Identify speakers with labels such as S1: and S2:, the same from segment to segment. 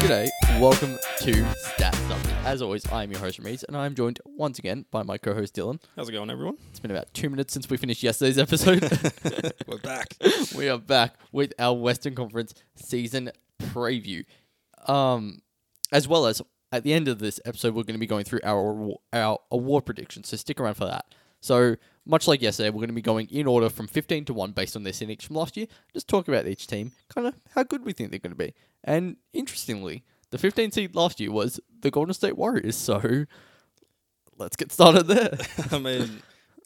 S1: G'day, welcome to Stat Summit. As always, I am your host Reese, and I am joined once again by my co-host Dylan.
S2: How's it going, everyone?
S1: It's been about two minutes since we finished yesterday's episode.
S2: We're back.
S1: we are back with our Western Conference season preview, um, as well as at the end of this episode, we're going to be going through our awa- our award predictions. So stick around for that. So much like yesterday, we're going to be going in order from fifteen to one based on their cynics from last year. Just talk about each team, kind of how good we think they're going to be. And interestingly, the 15 seed last year was the Golden State Warriors. So let's get started there.
S2: I mean,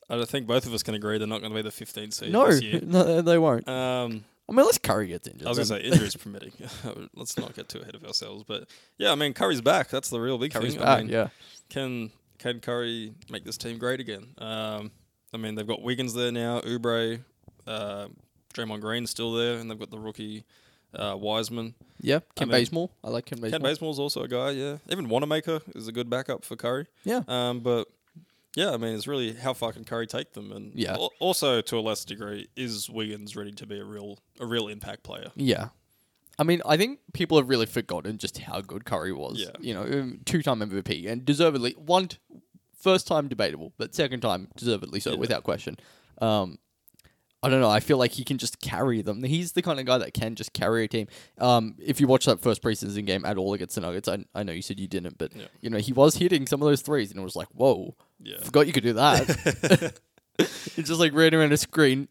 S2: I don't think both of us can agree they're not going to be the 15 seed
S1: no,
S2: this year.
S1: no, they won't.
S2: Um,
S1: I mean, unless Curry gets injured.
S2: I was going to
S1: then
S2: say injuries permitting. Let's not get too ahead of ourselves, but yeah, I mean Curry's back. That's the real big
S1: Curry's
S2: thing.
S1: back,
S2: I mean,
S1: yeah.
S2: Can can Curry make this team great again? Um, I mean they've got Wiggins there now, Ubre, uh, Draymond Green's still there, and they've got the rookie uh, Wiseman.
S1: Yeah, Ken
S2: mean-
S1: Bazemore. I like Ken Bazemore.
S2: Ken Basemore's also a guy. Yeah, even Wanamaker is a good backup for Curry.
S1: Yeah.
S2: Um, but yeah, I mean, it's really how far can Curry take them, and
S1: Yeah.
S2: al- also to a lesser degree, is Wiggins ready to be a real a real impact player?
S1: Yeah. I mean, I think people have really forgotten just how good Curry was.
S2: Yeah.
S1: You know, um, two time MVP and deservedly one t- first time debatable, but second time deservedly so
S2: Yeah.
S1: without question. Um I don't know. I feel like he can just carry them. He's the kind of guy that can just carry a team. Um, if you watch that first preseason game at all against the Nuggets, I, I know you said you didn't, but
S2: Yeah.
S1: you know he was hitting some of those threes, and it was like, whoa,
S2: Yeah.
S1: forgot you could do that. it's just like ran around a screen,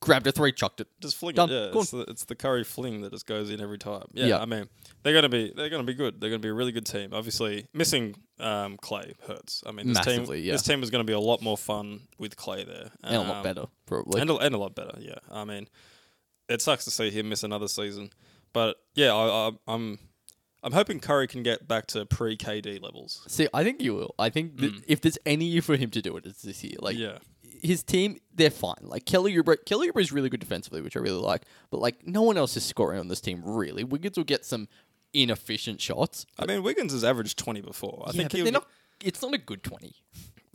S1: grabbed a three, chucked it.
S2: Just fling
S1: Done.
S2: it. Yeah,
S1: Go
S2: it's the, it's the Curry fling that just goes in every time. Yeah,
S1: Yeah.
S2: I mean, they're gonna be they're gonna be good. They're gonna be a really good team. Obviously, missing um, Clay hurts. I mean, this
S1: Massively,
S2: team
S1: yeah.
S2: this team is gonna be a lot more fun with Clay there,
S1: And a lot
S2: Um,
S1: better, probably.
S2: and, a, and a lot better. Yeah, I mean, it sucks to see him miss another season, but yeah, I, I, I'm I'm hoping Curry can get back to pre KD levels.
S1: See, I think you will. I think that if there's any year for him to do it, it's this year. Like
S2: Mm. Yeah.
S1: his team, they're fine. Like Kelly Oubre, Kelly Oubre is really good defensively, which I really like. But like no one else is scoring on this team really. Wiggins will get some inefficient shots.
S2: I mean, Wiggins has averaged twenty before. I
S1: yeah,
S2: think
S1: but
S2: he'll
S1: they're
S2: get-
S1: not. It's not a good twenty.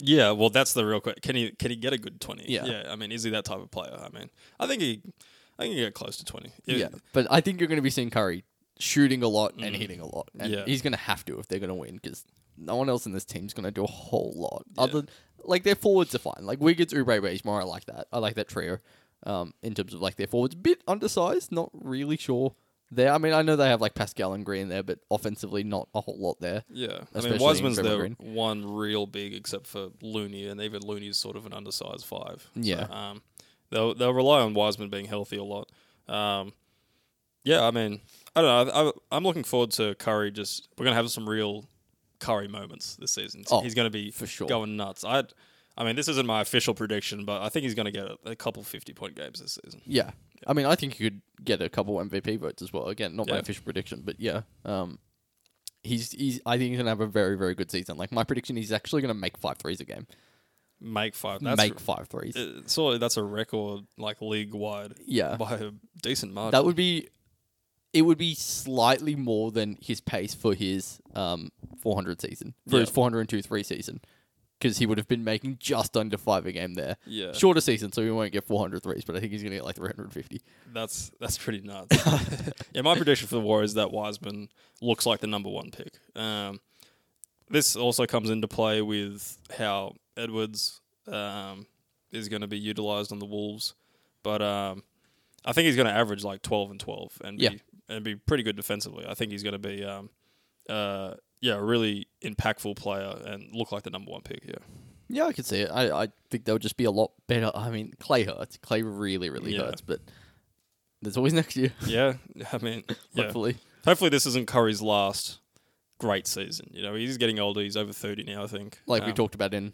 S2: Yeah, well, that's the real question. Can he can he get a good twenty?
S1: Yeah.
S2: I mean, is he that type of player? I mean, I think he, I think he get close to twenty. It-
S1: Yeah, but I think you're going to be seeing Curry shooting a lot and hitting a lot, and
S2: Mm. Yeah.
S1: he's going to have to if they're going to win because no one else in this team's going to do a whole lot. Other like their forwards are fine. Like Wiggins, Oubre, Bazemore, I like that. I like that trio. Um, in terms of like their forwards, a bit undersized. Not really sure there. I mean, I know they have like Pascal and Green there, but offensively, not a whole lot there.
S2: Yeah, I
S1: Especially
S2: mean, Wiseman's
S1: Draymond
S2: the
S1: Green.
S2: one real big, except for Looney, and even Looney's sort of an undersized five. So,
S1: Yeah.
S2: um, they'll they'll rely on Wiseman being healthy a lot. Um, yeah, I mean, I don't know. I, I, I'm looking forward to Curry. Just we're gonna have some real Curry moments this season.
S1: Oh,
S2: he's gonna be
S1: for sure.
S2: going nuts. I, I mean, this isn't my official prediction, but I think he's gonna get a, a couple 50 point games this season.
S1: Yeah. I mean, I think you could get a couple MVP votes as well. Again, not my
S2: Yeah.
S1: official prediction, but yeah. Um, he's he's. I think he's gonna have a very very good season. Like my prediction, he's actually gonna make five threes a game.
S2: Make five. That's
S1: make five threes.
S2: uh, sort of that's a record like league wide
S1: yeah,
S2: by a decent margin.
S1: that would be. It would be slightly more than his pace for his um 400 season for his
S2: Yeah.
S1: 402 three season, because he would have been making just under five a game there.
S2: Yeah.
S1: shorter season, so he won't get 400 threes, but I think he's gonna get like 350.
S2: That's that's pretty nuts. yeah, my prediction for the Warriors is that Wiseman looks like the number one pick. Um, this also comes into play with how Edwards um, is going to be utilized on the Wolves, but um, I think he's going to average like twelve and twelve and
S1: Yeah.
S2: be and be pretty good defensively. I think he's going to be um, uh, yeah a really impactful player and look like the number one pick. Yeah,
S1: Yeah, I could see it. I, I think they'll just be a lot better. I mean, Clay hurts. Clay really, really
S2: Yeah.
S1: hurts, but there's always next year,
S2: yeah. I mean, yeah.
S1: hopefully.
S2: Hopefully, this isn't Curry's last great season. You know, he's getting older. He's over 30 now, I think.
S1: Like we
S2: Um,
S1: talked about in,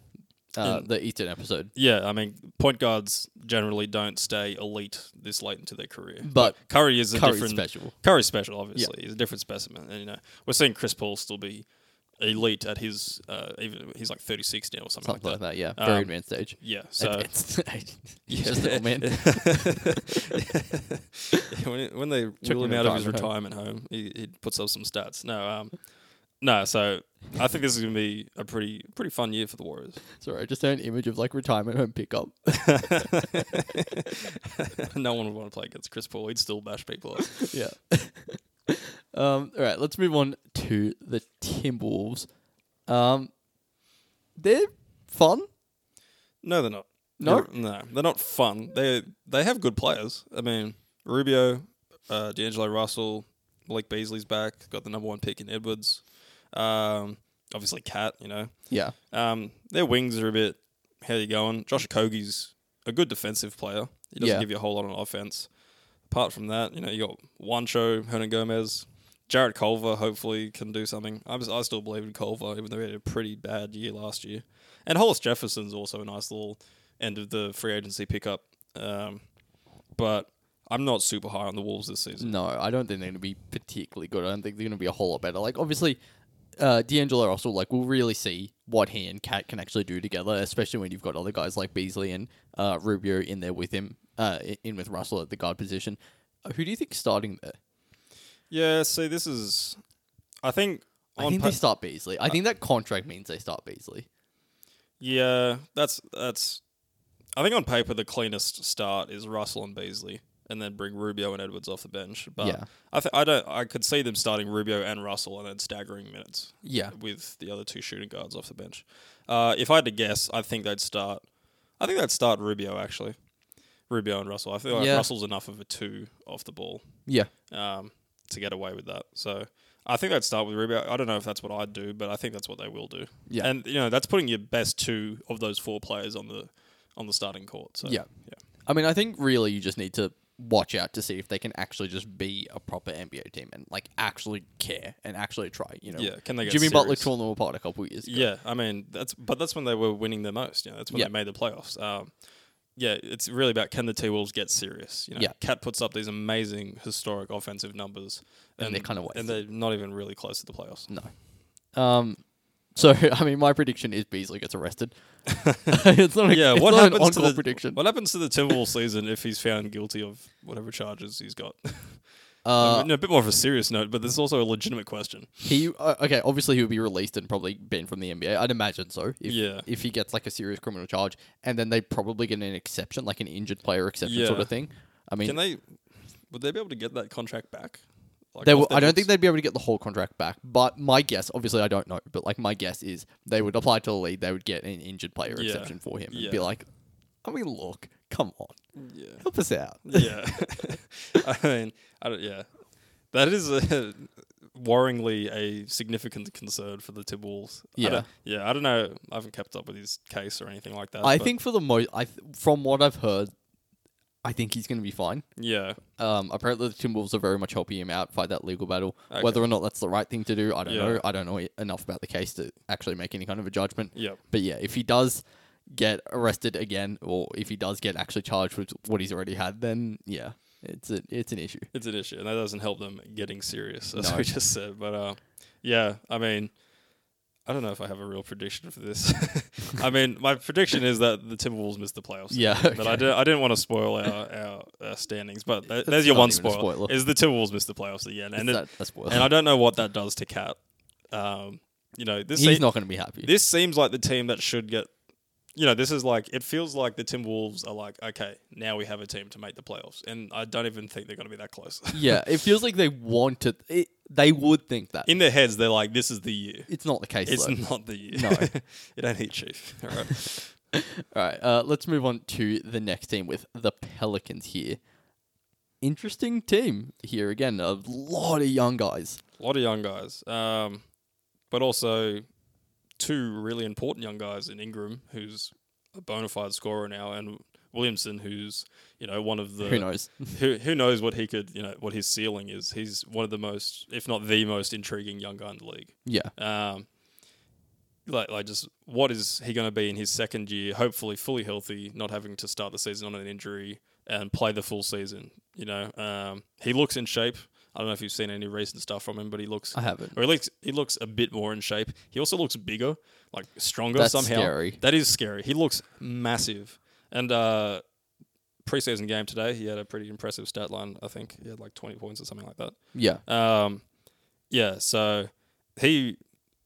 S1: uh,
S2: in-
S1: the Eastern episode.
S2: Yeah, I mean, point guards generally don't stay elite this late into their career.
S1: But
S2: Curry is a
S1: Curry's
S2: different.
S1: special.
S2: Curry's special, obviously. He's a different specimen. And, you know, we're seeing Chris Paul still be elite at his, uh, even he's like 36 now or something,
S1: Something
S2: like
S1: like that,
S2: that.
S1: yeah. Very
S2: Um,
S1: advanced age.
S2: Yeah, so
S1: Advanced stage. He's just a little man.
S2: when, it- when they
S1: Took him
S2: wheel him
S1: to
S2: out of his
S1: retirement
S2: retirement home, he, he puts up some stats. No, um, no. So I think this is gonna be a pretty pretty fun year for the Warriors.
S1: Sorry, I just saw an image of like retirement home pickup.
S2: no one would want to play against Chris Paul. He'd still bash people up.
S1: yeah. Um, all right, let's move on to the Timberwolves. Um, they're fun.
S2: No, they're not.
S1: No?
S2: They're- no, they're not fun. They they have good players. I mean, Rubio, uh, D'Angelo Russell, Malik Beasley's back. Got the number one pick in Edwards. Um, obviously, Cat. You know,
S1: Yeah.
S2: um, their wings are a bit. How you going? Josh Okogie's a good defensive player. He doesn't
S1: Yeah.
S2: give you a whole lot on offense. Apart from that, you know, you got Wancho, Hernan Gomez, Jared Culver. Hopefully, can do something. I was, I still believe in Culver, even though he had a pretty bad year last year. And Hollis Jefferson's also a nice little end of the free agency pickup. Um, but I'm not super high on the Wolves this season.
S1: No, I don't think they're going to be particularly good. I don't think they're going to be a whole lot better. Like, obviously, uh, D'Angelo Russell, like, we'll really see what he and Cat can actually do together, especially when you've got other guys like Beasley and uh, Rubio in there with him, uh, i- in with Russell at the guard position. Uh, Who do you think starting there?
S2: Yeah, see, this is. I think.
S1: I think
S2: pa-
S1: they start Beasley. I think that contract means they start Beasley.
S2: Yeah, that's that's. I think on paper the cleanest start is Russell and Beasley, and then bring Rubio and Edwards off the bench. But
S1: Yeah.
S2: I th- I don't I could see them starting Rubio and Russell and then staggering minutes
S1: Yeah.
S2: with the other two shooting guards off the bench. Uh, if I had to guess, I think they'd start. I think they'd start Rubio actually, Rubio and Russell. I feel like
S1: Yeah.
S2: Russell's enough of a two off the ball
S1: Yeah.
S2: um, to get away with that. So I think I'd start with Rubio. I don't know if that's what I'd do, but I think that's what they will do.
S1: Yeah.
S2: and you know that's putting your best two of those four players on the on the starting court. So
S1: Yeah.
S2: yeah,
S1: I mean, I think really you just need to watch out to see if they can actually just be a proper NBA team and like actually care and actually try. You know,
S2: Yeah, can they get
S1: Jimmy Butler
S2: serious?
S1: torn them apart a couple years ago.
S2: yeah. I mean that's but that's when they were winning the most. You know, that's when
S1: Yeah.
S2: they made the playoffs. Um, yeah, it's really about can the T Wolves get serious? You know,
S1: Yeah.
S2: Cat puts up these amazing historic offensive numbers,
S1: And they're kinda
S2: and they're
S1: wasted.
S2: not even really close to the playoffs.
S1: No. Um. So I mean, my prediction is Beasley gets arrested. it's not. A,
S2: Yeah,
S1: it's
S2: what
S1: not an
S2: happens to
S1: on-call
S2: the
S1: prediction?
S2: What happens to the Timberwolves season if he's found guilty of whatever charges he's got? Um,
S1: Uh,
S2: no, a bit more of a serious note, but this is also a legitimate question.
S1: He uh, okay. Obviously, he'll be released and probably banned from the NBA. I'd imagine so. If,
S2: Yeah.
S1: If he gets like a serious criminal charge, and then they probably get an exception, like an injured player exception sort
S2: Yeah.
S1: of thing. I mean,
S2: Can they? Would they be able to get that contract back? Like
S1: They
S2: off
S1: will,
S2: their
S1: I don't
S2: books?
S1: think they'd be able to get the whole contract back, but my guess, obviously, I don't know, but like my guess is they would apply to the league, they would get an injured player
S2: Yeah.
S1: exception for him and
S2: Yeah.
S1: be like, I mean, look, come on,
S2: Yeah.
S1: help us out.
S2: yeah. I mean, I don't, yeah. That is a, worryingly a significant concern for the Timberwolves. I
S1: Yeah.
S2: don't- yeah. I don't know. I haven't kept up with his case or anything like that.
S1: I
S2: but
S1: think for the most, I th- from what I've heard, I think he's going to be fine.
S2: Yeah.
S1: Um, apparently, the Timberwolves are very much helping him out fight that legal battle.
S2: Okay.
S1: Whether or not that's the right thing to do, I don't
S2: Yeah.
S1: know. I don't know e- enough about the case to actually make any kind of a judgment.
S2: Yep.
S1: But yeah, if he does get arrested again, or if he does get actually charged with what he's already had, then yeah, it's a, it's an issue.
S2: It's an issue, and that doesn't help them getting serious, as
S1: No.
S2: we just said. But uh, yeah, I mean, I don't know if I have a real prediction for this. I mean, my prediction is that the Timberwolves missed the playoffs.
S1: Yeah,
S2: but I
S1: okay.
S2: didn't. I didn't want to spoil our, our, our standings. But th-
S1: It's
S2: there's your
S1: not
S2: one
S1: even a
S2: spoil:
S1: spoiler.
S2: is the Timberwolves missed the playoffs again, and
S1: It's
S2: it-
S1: not a spoiler.
S2: and I don't know what that does to Cat. Um, you know, this
S1: he's
S2: se-
S1: not going to be happy.
S2: this seems like the team that should get. You know, this is like it feels like the Timberwolves are like, okay, now we have a team to make the playoffs, and I don't even think they're going to be that close.
S1: yeah, it feels like they want to. It, they would think that
S2: in their heads, they're like, "This is the year.
S1: it's not the case.
S2: It's
S1: though.
S2: not the year.
S1: No.
S2: it ain't Heat Chief." All right.
S1: All right, uh, let's move on to the next team with the Pelicans here. Interesting team here again. A lot of young guys.
S2: A lot of young guys, um, but also two really important young guys in Ingram, who's a bona fide scorer now, and Williamson, who's you know one of the
S1: Who knows?
S2: who, who knows what he could you know what his ceiling is. He's one of the most, if not the most, intriguing young guy in the league.
S1: yeah,
S2: Um, like, like just what is he going to be in his second year? Hopefully, fully healthy, not having to start the season on an injury and play the full season. You know, um, he looks in shape. I don't know if you've seen any recent stuff from him, but he looks,
S1: I haven't.
S2: or he looks, he looks a bit more in shape. He also looks bigger, like stronger
S1: That's
S2: somehow.
S1: scary.
S2: That is scary. He looks massive. And uh, preseason game today, he had a pretty impressive stat line. I think he had like twenty points or something like that.
S1: Yeah,
S2: Um, yeah, so he,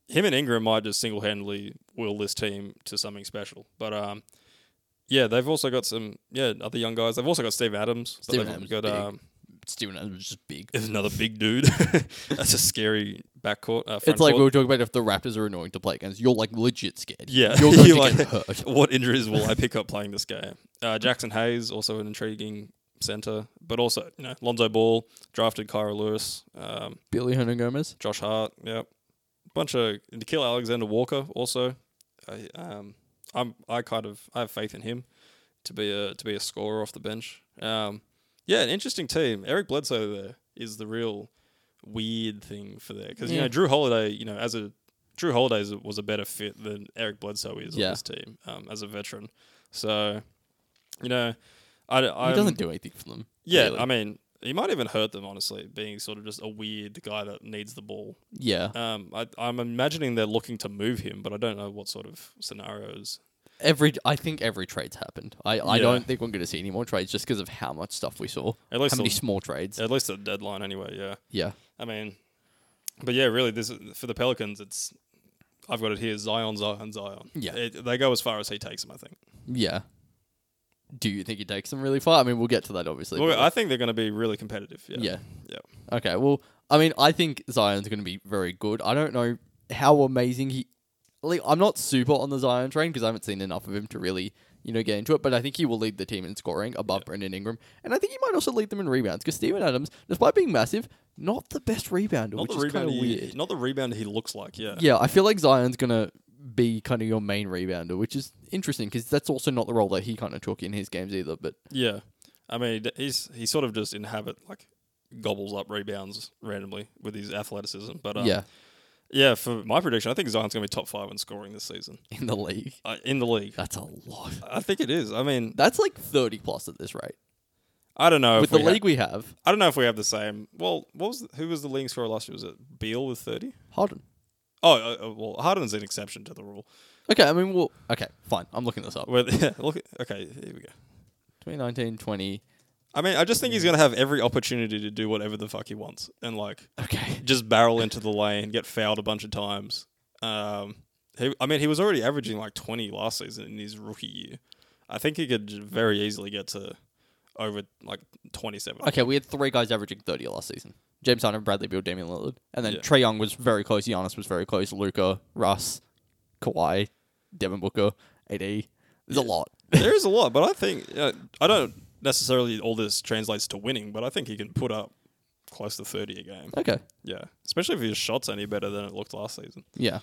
S2: him and Ingram might just single handedly will this team to something special. But um, yeah, they've also got some yeah other young guys. They've also got Steve Adams. but
S1: Steven
S2: they've
S1: Adams is
S2: got
S1: big.
S2: um,
S1: Steven Adams was just big.
S2: There's another big dude. That's a scary backcourt. Uh, front
S1: It's like we
S2: court.
S1: were talking about if the Raptors are annoying to play against. You're like legit scared.
S2: yeah.
S1: You're going
S2: You're
S1: to
S2: like,
S1: get hurt.
S2: what injuries will I pick up playing this game? Uh, Jackson Hayes, also an intriguing center, but also you know Lonzo Ball drafted Kyra Lewis, um,
S1: Billy Hernan Gomez.
S2: Josh Hart, yep, bunch of Nikhil Alexander Walker also. I, um, I'm I kind of I have faith in him to be a to be a scorer off the bench. Um, yeah, an interesting team. Eric Bledsoe there is the real weird thing for there because you
S1: Yeah.
S2: know Drew Holiday, you know, as a Drew Holiday is- was a better fit than Eric Bledsoe is
S1: Yeah.
S2: on this team um, as a veteran. So, you know, I
S1: He doesn't do anything for them.
S2: yeah,
S1: really.
S2: I mean, he might even hurt them honestly, being sort of just a weird guy that needs the ball.
S1: Yeah.
S2: Um, I, I'm imagining they're looking to move him, but I don't know what sort of scenarios.
S1: Every I think every trade's happened. I, I
S2: Yeah.
S1: don't think we're going to see any more trades just because of how much stuff we saw.
S2: At least
S1: how many
S2: the-
S1: small trades.
S2: At least at the deadline, anyway. Yeah.
S1: yeah.
S2: I mean, but yeah, really, this is, for the Pelicans, it's I've got it here: Zion, Zion, Zion.
S1: Yeah.
S2: It- they go as far as he takes them. I think.
S1: Yeah. Do you think he takes them really far? I mean, we'll get to that obviously.
S2: Well,
S1: but-
S2: I think they're going to be really competitive. Yeah.
S1: Yeah.
S2: Yeah.
S1: Okay. Well, I mean, I think Zion's going to be very good. I don't know how amazing he. Like, I'm not super on the Zion train because I haven't seen enough of him to really, you know, get into it. But I think he will lead the team in scoring above Brendan Ingram, and I think he might also lead them in rebounds because Steven Adams, despite being massive, not the best rebounder,
S2: Not
S1: which
S2: the
S1: is kind
S2: rebound.
S1: of
S2: He,
S1: weird.
S2: Not the rebound he looks like. Yeah.
S1: Yeah, I feel like Zion's gonna be kind of your main rebounder, which is interesting because that's also not the role that he kind of took in his games either. But
S2: Yeah. I mean, th- he's he sort of just inhabit like gobbles up rebounds randomly with his athleticism. But um,
S1: yeah,
S2: yeah, for my prediction, I think Zion's going to be top five in scoring this season
S1: in the league,
S2: uh, in the league.
S1: that's a lot.
S2: I think it is. I mean,
S1: That's like thirty plus at this rate.
S2: I don't know
S1: With the
S2: if we ha-
S1: league we have,
S2: I don't know if we have the same. Well, what was who was the leading scorer last year? Was it Beal with thirty?
S1: Harden.
S2: Oh, uh, uh, well, Harden's an exception to the rule.
S1: Okay, I mean, well, okay, fine. I'm looking this up.
S2: Well, yeah, look, okay, here we go.
S1: 2019, 20.
S2: I mean, I just think he's gonna have every opportunity to do whatever the fuck he wants, and like
S1: Okay.
S2: just barrel into the lane, get fouled a bunch of times. Um, he, I mean, he was already averaging like 20 last season in his rookie year. I think he could j- very easily get to over like 27.
S1: Okay, we had three guys averaging 30 last season. James Harden, Bradley Beal, Damian Lillard. And then
S2: Yeah.
S1: Trey Young was very close. Giannis was very close. Luca, Russ, Kawhi, Devin Booker, AD. There's a lot.
S2: there is a lot, but I think uh, I don't necessarily all this translates to winning, but I think he can put up close to 30 a game.
S1: Okay.
S2: Yeah, especially if his shot's any better than it looked last season.
S1: Yeah.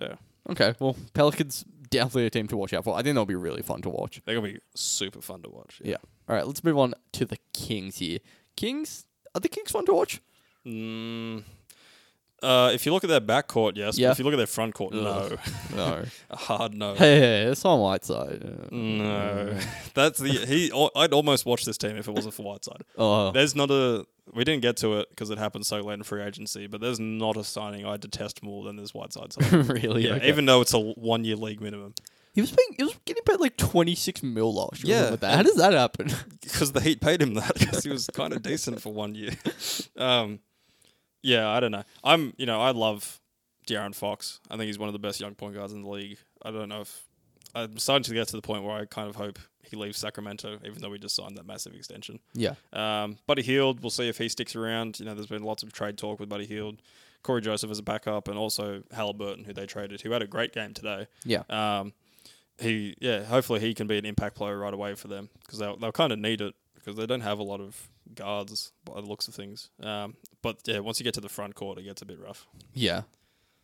S2: Yeah,
S1: Okay, well, Pelicans definitely a team to watch out for. I think they'll be really fun to watch.
S2: they're gonna be super fun to watch.
S1: Yeah. All right, let's move on to the Kings here. Kings, are the Kings fun to watch?
S2: Mm, uh, if you look at their backcourt, yes.
S1: Yeah.
S2: But if you look at their front court, no.
S1: Ugh. No. Mm.
S2: A hard no.
S1: hey, it's on Whiteside.
S2: No, that's the he. al- I'd almost watch this team if it wasn't for Whiteside.
S1: Oh,
S2: There's not a. We didn't get to it because it happened so late in free agency. But there's not a signing I detest more than this Whiteside signing.
S1: really?
S2: yeah,
S1: Okay.
S2: even though it's a one year league minimum
S1: he was paying, he was getting paid like twenty six mil last year.
S2: Yeah,
S1: Yeah, that. how does that happen?
S2: because the Heat paid him that because he was kind of decent for one year. Um, yeah, I don't know. I'm you know I love De'Aaron Fox. I think he's one of the best young point guards in the league. I don't know if I'm starting to get to the point where I kind of hope he leaves Sacramento, even though we just signed that massive extension.
S1: yeah,
S2: Um, Buddy Heald, we'll see if he sticks around. You know, there's been lots of trade talk with Buddy Heald, Corey Joseph as a backup, and also Halliburton, who they traded, who had a great game today.
S1: yeah,
S2: Um, he, yeah, hopefully he can be an impact player right away for them because they'll, they'll kind of need it because they don't have a lot of guards by the looks of things. Um, but yeah, once you get to the front court, it gets a bit rough.
S1: yeah.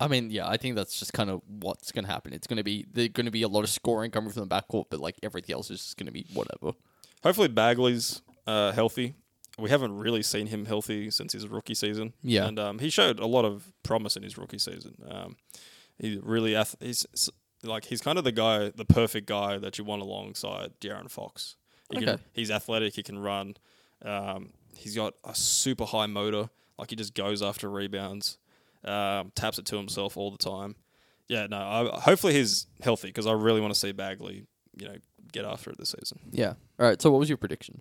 S1: I mean, yeah, I think that's just kind of what's gonna happen. It's gonna be there's gonna be a lot of scoring coming from the backcourt, but like everything else is just gonna be whatever.
S2: Hopefully Bagley's uh, healthy. We haven't really seen him healthy since his rookie season.
S1: Yeah.
S2: and um, he showed a lot of promise in his rookie season. Um, he really ath- he's s- like he's kind of the guy, the perfect guy that you want alongside Darren Fox. He can,
S1: Okay.
S2: he's athletic. He can run. Um, he's got a super high motor. Like he just goes after rebounds, um, taps it to himself all the time. Yeah, no. I, hopefully he's healthy because I really want to see Bagley, you know, get after it this season.
S1: Yeah. All right. So, what was your prediction?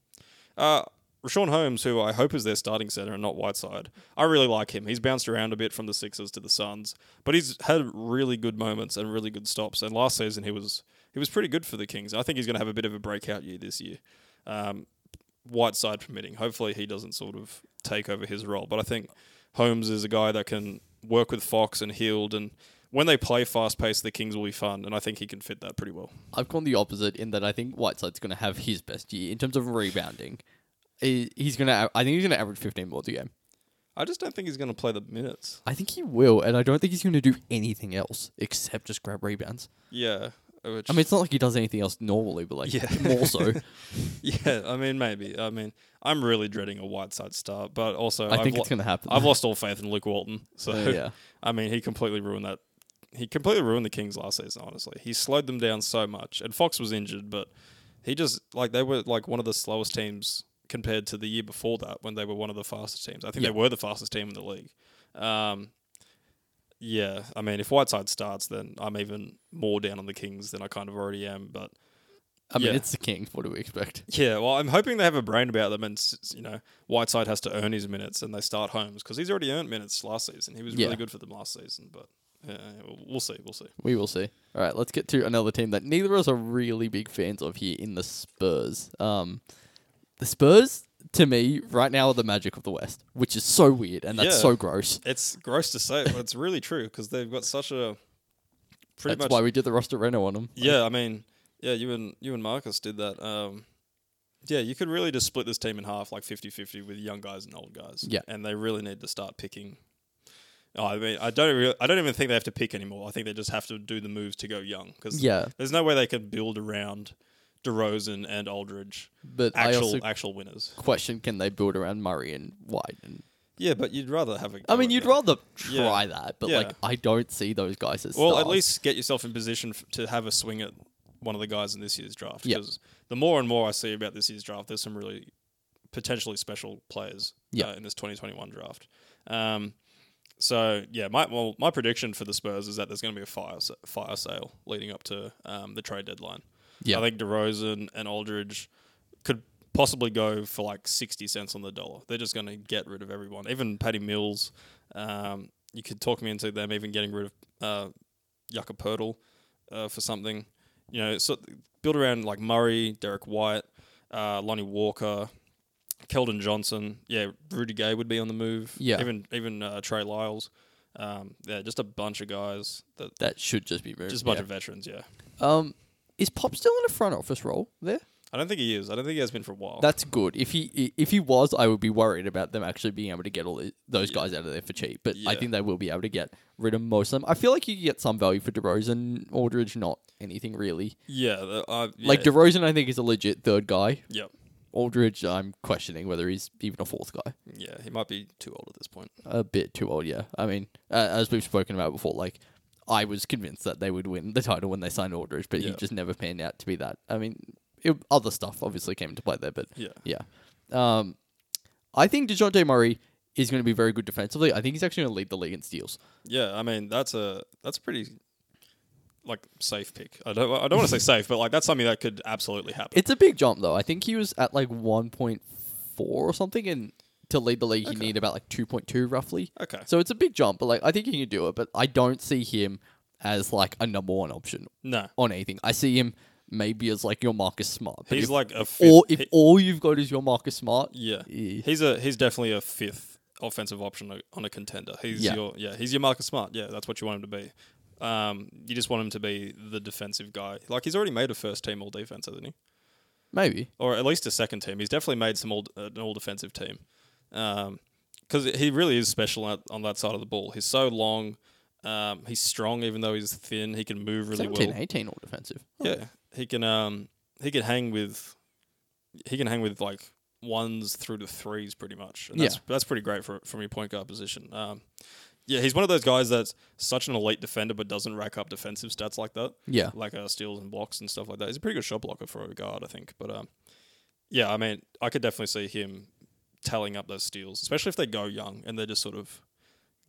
S2: Uh, Rashawn Holmes, who I hope is their starting center and not Whiteside, I really like him. He's bounced around a bit from the Sixers to the Suns, but he's had really good moments and really good stops. And last season he was he was pretty good for the Kings. I think he's going to have a bit of a breakout year this year. Um, Whiteside permitting. Hopefully, he doesn't sort of take over his role. But I think Holmes is a guy that can work with Fox and Heald, and when they play fast paced, the Kings will be fun, and I think he can fit that pretty well.
S1: I've gone the opposite in that I think Whiteside's going to have his best year in terms of rebounding. He- He's going to. I think he's going to average 15 boards a game.
S2: I just don't think he's going to play the minutes.
S1: I think he will, and I don't think he's going to do anything else except just grab rebounds.
S2: Yeah. Which,
S1: I mean, it's not like he does anything else normally, but like
S2: Yeah.
S1: more so.
S2: yeah, I mean, maybe. I mean, I'm really dreading a Whiteside start, but also
S1: I think
S2: I've,
S1: it's going to happen.
S2: I've lost all faith in Luke Walton. So
S1: Uh, yeah.
S2: I mean, he completely ruined that. He completely ruined the Kings last season. Honestly, he slowed them down so much, and Fox was injured, but he just like they were like one of the slowest teams compared to the year before that when they were one of the fastest teams. I think
S1: Yeah.
S2: they were the fastest team in the league. Um, yeah, I mean, if Whiteside starts, then I'm even more down on the Kings than I kind of already am. But
S1: I mean,
S2: yeah.
S1: it's the Kings. What do we expect?
S2: yeah, well, I'm hoping they have a brain about them, and s- s- you know, Whiteside has to earn his minutes, and they start Holmes because he's already earned minutes last season. He was
S1: Yeah.
S2: really good for them last season, but uh, we'll- we'll see, we'll see.
S1: We will see. All right, let's get to another team that neither of us are really big fans of here in the Spurs. Um, the Spurs, to me, right now are the magic of the West, which is so weird and that's
S2: Yeah.
S1: so gross.
S2: It's gross to say, but it's really true because they've got such a pretty
S1: that's
S2: much.
S1: why we did the roster reno on them.
S2: yeah, I mean, yeah, you and you and Marcus did that. Um, yeah, you could really just split this team in half, like 50-50 with young guys and old guys.
S1: Yeah.
S2: and they really need to start picking. Oh, I mean, I don't. Really, I don't even think they have to pick anymore. I think they just have to do the moves to go young because
S1: Yeah,
S2: There's no way they can build around DeRozan and Aldridge
S1: but I
S2: actual
S1: also
S2: actual winners.
S1: question can they build around Murray and White? And
S2: Yeah, but you'd rather have a.
S1: I
S2: go
S1: mean,
S2: at
S1: you'd
S2: that.
S1: rather
S2: Yeah.
S1: try that, but
S2: Yeah.
S1: like I don't see those guys as
S2: Well,
S1: stars.
S2: at least get yourself in position f- to have a swing at one of the guys in this year's draft.
S1: Yeah.
S2: Because the more and more I see about this year's draft, there's some really potentially special players
S1: Yeah.
S2: uh, in this 2021 draft. Um, so yeah, my well, my prediction for the Spurs is that there's going to be a fire sa- fire sale leading up to um, the trade deadline.
S1: Yeah.
S2: I think DeRozan and Aldridge could possibly go for like 60 cents on the dollar. They're just going to get rid of everyone, even Patty Mills. Um, you could talk me into them even getting rid of uh, Yucca Purtle uh, for something. You know, so build around like Murray, Derek White, uh, Lonnie Walker, Keldon Johnson. Yeah, Rudy Gay would be on the move.
S1: Yeah.
S2: even even uh, Trey Lyles. Um, yeah, just a bunch of guys that
S1: that should just be moved.
S2: just a bunch
S1: yeah.
S2: of veterans. Yeah,
S1: um, is Pop still in a front office role there?
S2: I don't think he is. I don't think he has been for a while.
S1: That's good. If he i- if he was, I would be worried about them actually being able to get all the, those guys out of there for cheap. But I
S2: Yeah.
S1: think they will be able to get rid of most of them. I feel like you could get some value for DeRozan, Aldridge, not anything really.
S2: yeah, the- I- yeah,
S1: Like DeRozan, I think is a legit third guy.
S2: Yep.
S1: Aldridge, I'm questioning whether he's even a fourth guy.
S2: Yeah, he might be too old at this point.
S1: A bit too old, yeah. I mean, uh, as we've spoken about before, like I was convinced that they would win the title when they signed Aldridge, but he
S2: Yeah.
S1: just never panned out to be that. I mean, it, other stuff obviously came into play there, but
S2: Yeah.
S1: Yeah. Um, I think DeJounte Murray is going to be very good defensively. I think he's actually going to lead the league in steals.
S2: Yeah, I mean that's a that's a pretty like safe pick. I don't I don't want to say safe, but like that's something that could absolutely happen.
S1: It's a big jump, though. I think he was at like 1.4 or something, and to lead the league, you need about like 2.2 roughly.
S2: okay.
S1: So it's a big jump, but like I think he can do it, but I don't see him as like a number one option
S2: No.
S1: on anything. I see him maybe as like your Marcus Smart. but
S2: He's
S1: if,
S2: like a fifth.
S1: or if
S2: he-
S1: all you've got is your Marcus Smart,
S2: yeah.
S1: eh,
S2: He's a he's definitely a fifth offensive option o- on a contender. He's
S1: Yeah.
S2: your yeah, he's your Marcus Smart. Yeah, that's what you want him to be. Um, you just want him to be the defensive guy. Like he's already made a first team all defense, hasn't he?
S1: maybe.
S2: or at least a second team. He's definitely made some all, an all defensive team because he really is special at, on that side of the ball. He's so long. Um, he's strong, even though he's thin. He can move really
S1: 17,
S2: well.
S1: 18 all defensive.
S2: Yeah, he can. Um, he can hang with. He can hang with like ones through to threes, pretty much. And that's,
S1: Yeah.
S2: that's pretty great for from your point guard position. Um, yeah, he's one of those guys that's such an elite defender, but doesn't rack up defensive stats like that
S1: Yeah.
S2: like uh, steals and blocks and stuff like that. He's a pretty good shot blocker for a guard, I think. But um, yeah, I mean, I could definitely see him tallying up those steals, especially if they go young and they're just sort of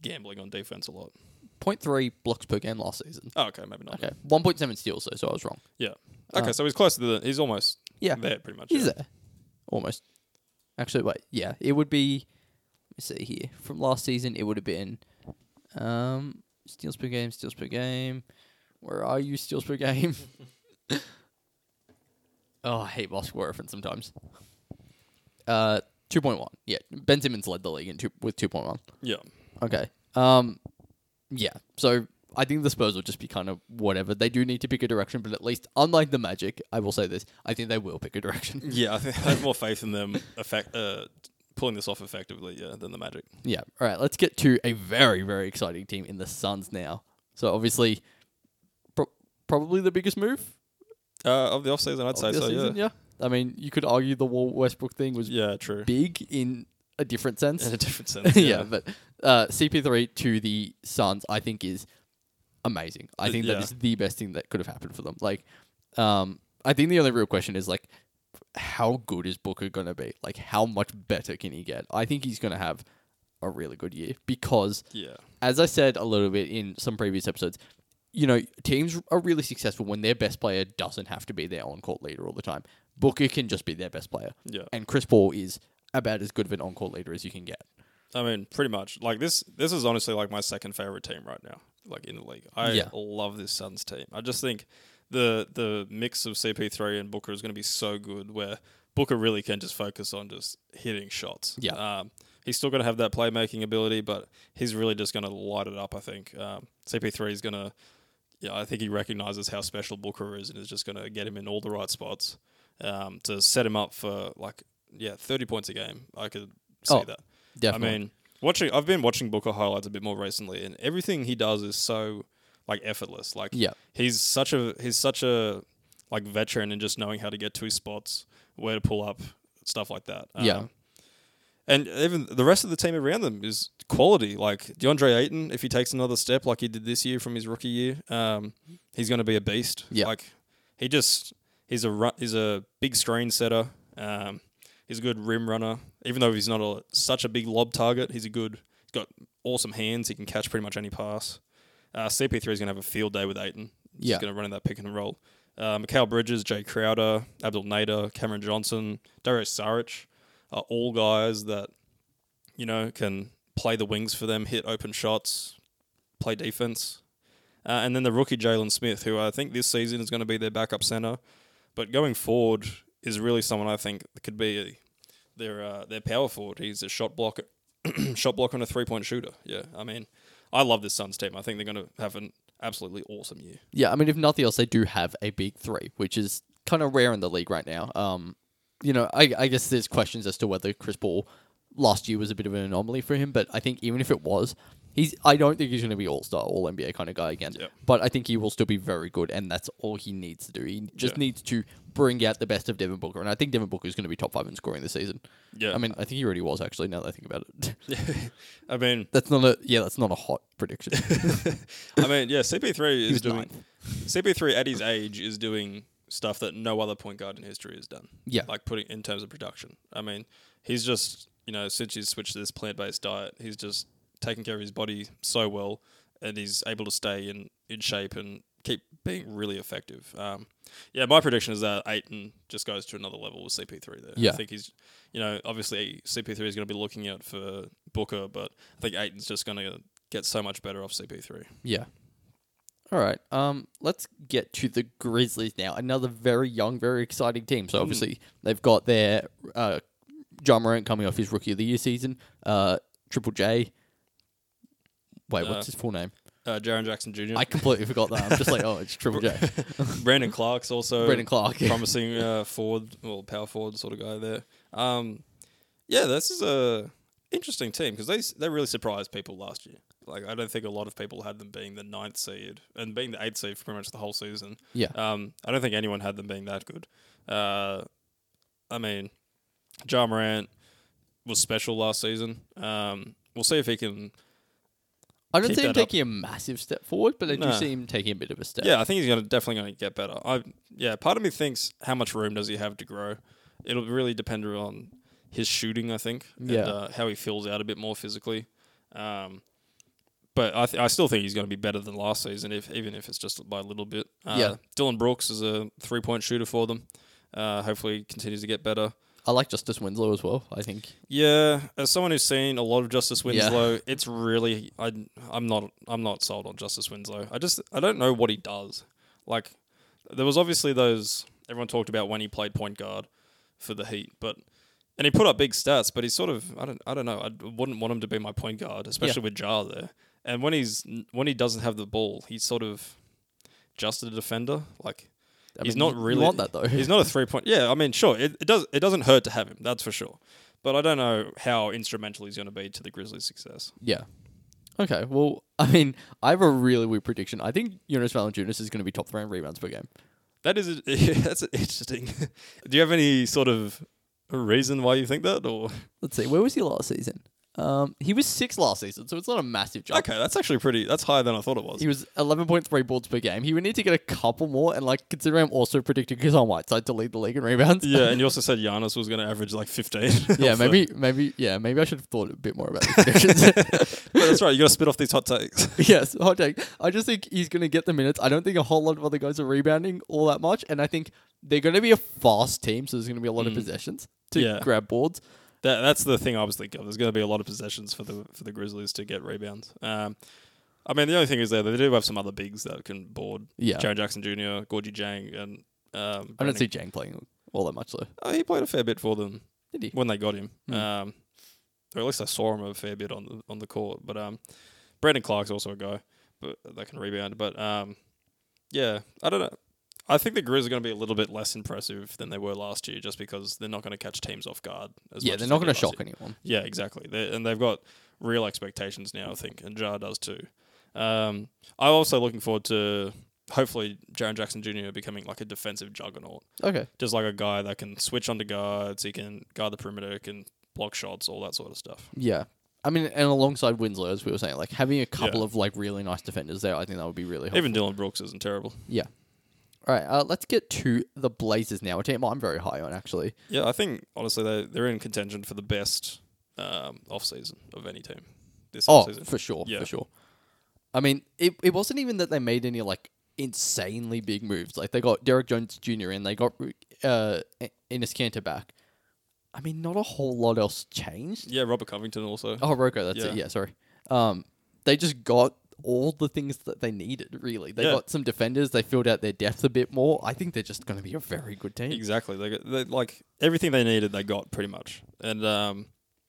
S2: gambling on defense a lot.
S1: 0.3 blocks per game last season.
S2: Oh, okay, maybe not.
S1: Okay, 1.7 steals though, so I was wrong.
S2: Yeah. Okay, so he's close to the. He's almost
S1: Yeah,
S2: there, pretty much.
S1: he's
S2: yeah.
S1: there, almost. Actually, wait, yeah, it would be. Let me see here. From last season, it would have been, um, steals per game, steals per game. Where are you, steals per game? oh, I hate basketball reference sometimes. Uh, two point one. Yeah, Ben Simmons led the league in two, with two point one.
S2: Yeah.
S1: Okay. Um, yeah. So I think the Spurs will just be kind of whatever. They do need to pick a direction, but at least unlike the Magic, I will say this: I think they will pick a direction.
S2: Yeah, I, think I have more faith in them effect, uh, pulling this off effectively yeah, than the Magic.
S1: yeah. All right. Let's get to a very very exciting team in the Suns now. So obviously, pro- probably the biggest move
S2: Uh, of the offseason, I'd say
S1: this
S2: so,
S1: season.
S2: yeah.
S1: Yeah. I mean, you could argue the Wall Westbrook thing was
S2: Yeah, true.
S1: big in a different sense.
S2: In a different sense.
S1: yeah. but uh, CP3 to the Suns, I think is amazing. I
S2: Th-
S1: think
S2: yeah.
S1: that is the best thing that could have happened for them. Like, um, I think the only real question is like, how good is Booker gonna be? Like, how much better can he get? I think he's gonna have a really good year because,
S2: yeah.
S1: as I said a little bit in some previous episodes. You know, teams are really successful when their best player doesn't have to be their on court leader all the time. Booker can just be their best player.
S2: Yeah.
S1: And Chris Paul is about as good of an on court leader as you can get.
S2: I mean, pretty much. Like this, this is honestly like my second favorite team right now, like in the league. I
S1: Yeah.
S2: love this Suns team. I just think the the mix of CP3 and Booker is going to be so good, where Booker really can just focus on just hitting shots.
S1: Yeah.
S2: um, he's still going to have that playmaking ability, but he's really just going to light it up. I think um, CP3 is going to. Yeah, I think he recognizes how special Booker is, and is just going to get him in all the right spots um, to set him up for like yeah, thirty points a game. I could see
S1: Oh,
S2: that.
S1: Definitely.
S2: I mean, watching I've been watching Booker highlights a bit more recently, and everything he does is so like effortless. Like
S1: Yeah.
S2: he's such a he's such a like veteran in just knowing how to get to his spots, where to pull up, stuff like that. Um,
S1: Yeah.
S2: and even the rest of the team around them is quality. Like DeAndre Ayton, if he takes another step like he did this year from his rookie year, um, he's going to be a beast.
S1: Yeah.
S2: Like he just he's a ru- he's a big screen setter. Um, he's a good rim runner. Even though he's not a, such a big lob target, he's a good. He's got awesome hands. He can catch pretty much any pass. Uh, CP3 is going to have a field day with Ayton. He's
S1: Yeah.
S2: going to run in that pick and roll. Uh, Mikhail Bridges, Jay Crowder, Abdul Nader, Cameron Johnson, Dario Saric are all guys that you know can play the wings for them, hit open shots, play defense. Uh, and then the rookie Jalen Smith, who I think this season is going to be their backup center, but going forward is really someone I think could be their uh, their power forward. He's a shot blocker, shot blocker and a three point shooter. Yeah, I mean, I love this Suns team. I think they're going to have an absolutely awesome year.
S1: yeah, I mean, if nothing else, they do have a big three, which is kind of rare in the league right now. Um, you know, I, I guess there's questions as to whether Chris Paul last year was a bit of an anomaly for him, but I think even if it was, he's I don't think he's going to be all star, all NBA kind of guy again.
S2: Yeah.
S1: But I think he will still be very good, and that's all he needs to do. He just
S2: Yeah.
S1: needs to bring out the best of Devin Booker, and I think Devin Booker is going to be top five in scoring this season.
S2: Yeah.
S1: I mean, I think he already was actually. Now that I think about it,
S2: I mean,
S1: that's not a yeah, that's not a hot prediction.
S2: I mean, yeah, CP3 is
S1: was
S2: doing
S1: ninth.
S2: CP3 at his age is doing stuff that no other point guard in history has done.
S1: Yeah.
S2: like putting in terms of production. I mean, he's just you know since he's switched to this plant based diet, he's just taking care of his body so well, and he's able to stay in in shape and keep being really effective. Um, yeah, my prediction is that Aiton just goes to another level with CP3 there.
S1: Yeah.
S2: I think he's, you know, obviously CP3 is going to be looking out for Booker, but I think Aiton's just going to get so much better off CP3.
S1: Yeah. All right. Um, let's get to the Grizzlies now. Another very young, very exciting team.
S2: Hmm.
S1: So obviously they've got their uh, John Morant coming off his rookie of the year season. Uh, Triple J. Wait,
S2: Uh,
S1: what's his full name?
S2: Uh, Jaron Jackson Jr.
S1: I completely forgot that. I'm just like, oh, it's Triple J.
S2: Brandon Clark's also
S1: Brendan Clark.
S2: promising uh, forward, well, power forward sort of guy there. Um, yeah, this is a interesting team because they s- they really surprised people last year. Like I don't think a lot of people had them being the ninth seed and being the eighth seed for pretty much the whole season.
S1: Yeah.
S2: Um, I don't think anyone had them being that good. Uh, I mean, Ja Morant was special last season. Um, we'll see if he can
S1: I don't
S2: keep
S1: see him
S2: that up.
S1: taking a massive step forward, but I do
S2: Nah.
S1: see him taking a bit of a step.
S2: Yeah, I think he's gonna definitely gonna get better. I yeah, part of me thinks how much room does he have to grow? It'll really depend on his shooting, I think, and
S1: Yeah.
S2: uh, how he fills out a bit more physically. Um, but I, th- I still think he's going to be better than last season, if even if it's just by a little bit. Uh,
S1: Yeah.
S2: Dylan Brooks is a three point shooter for them. Uh, hopefully, he continues to get better.
S1: I like Justice Winslow as well. I think.
S2: Yeah, as someone who's seen a lot of Justice Winslow, it's really I I'm not I'm not sold on Justice Winslow. I just I don't know what he does. Like there was obviously those everyone talked about when he played point guard for the Heat, but and he put up big stats, but he's sort of I don't I don't know. I wouldn't want him to be my point guard, especially with Jar there. And when he's when he doesn't have the ball, he's sort of just a defender. Like
S1: I
S2: he's
S1: mean,
S2: not
S1: you-
S2: really
S1: You want that though.
S2: He's not a three point. Yeah, I mean, sure, it, it does it doesn't hurt to have him. That's for sure. But I don't know how instrumental he's going to be to the Grizzlies' success.
S1: yeah. Okay. Well, I mean, I have a really weird prediction. I think Jonas Valanciunas is going to be top three in rebounds per game.
S2: That is a, that's interesting. Do you have any sort of reason why you think that? Or
S1: Let's see. Where was he last season? Um, he was six last season, so it's not a massive jump.
S2: okay, that's actually pretty. That's higher than I thought it was.
S1: He was 11.3 boards per game. He would need to get a couple more, and like considering I'm also predicting Kazan Whiteside to lead the league in rebounds.
S2: Yeah, and you also said Giannis was going to average like 15.
S1: yeah, maybe, maybe, yeah, maybe I should have thought a bit more about these predictions.
S2: But that's right. You got to spit off these hot takes.
S1: yes, hot take. I just think he's going to get the minutes. I don't think a whole lot of other guys are rebounding all that much, and I think they're going to be a fast team, so there's going to be a lot of possessions to
S2: Yeah.
S1: grab boards.
S2: That, that's the thing I was thinking of. There's going to be a lot of possessions for the for the Grizzlies to get rebounds. Um, I mean, the only thing is there they do have some other bigs that can board.
S1: Yeah,
S2: Jaron Jackson Jr., Gorgie Jang, and um,
S1: I
S2: Brandon-
S1: don't see Jang playing all that much though.
S2: Oh, he played a fair bit for them
S1: Did he?
S2: when they got him.
S1: Hmm.
S2: Um, or at least I saw him a fair bit on the on the court. But um, Brandon Clark's also a guy, but that can rebound. But um, yeah, I don't know. I think the Grizz are going to be a little bit less impressive than they were last year, just because they're not going to catch teams off guard. As
S1: yeah,
S2: much
S1: they're
S2: as
S1: not
S2: they
S1: going to
S2: did last
S1: shock
S2: year.
S1: anyone.
S2: Yeah, exactly. they and they've got real expectations now, I think, and Jar does too. Um, I'm also looking forward to hopefully Jaron Jackson Jr. becoming like a defensive juggernaut
S1: Okay.
S2: just like a guy that can switch onto guards, he can guard the perimeter, can block shots, all that sort of stuff.
S1: Yeah. I mean, and alongside Winslow, as we were saying, like having a couple
S2: Yeah.
S1: of like really nice defenders there, I think that would be really helpful.
S2: Even Dylan Brooks isn't terrible.
S1: yeah. All right, uh, let's get to the Blazers now, a team I'm very high on actually.
S2: Yeah, I think honestly they they're in contention for the best um, off season of any team this
S1: Oh,
S2: season.
S1: for sure,
S2: Yeah.
S1: for sure. I mean, it, it wasn't even that they made any like insanely big moves. Like they got Derek Jones Jr. and they got uh, Ennis Cantor back. I mean, not a whole lot else changed.
S2: Yeah, Robert Covington also.
S1: Oh, Roko, that's it.
S2: Yeah.
S1: Yeah, sorry. Um, they just got all the things that they needed. Really, they
S2: Yeah.
S1: got some defenders. They filled out their depth a bit more. I think they're just going to be a very good team.
S2: Exactly. They, got- they like everything they needed, they got pretty much. And um,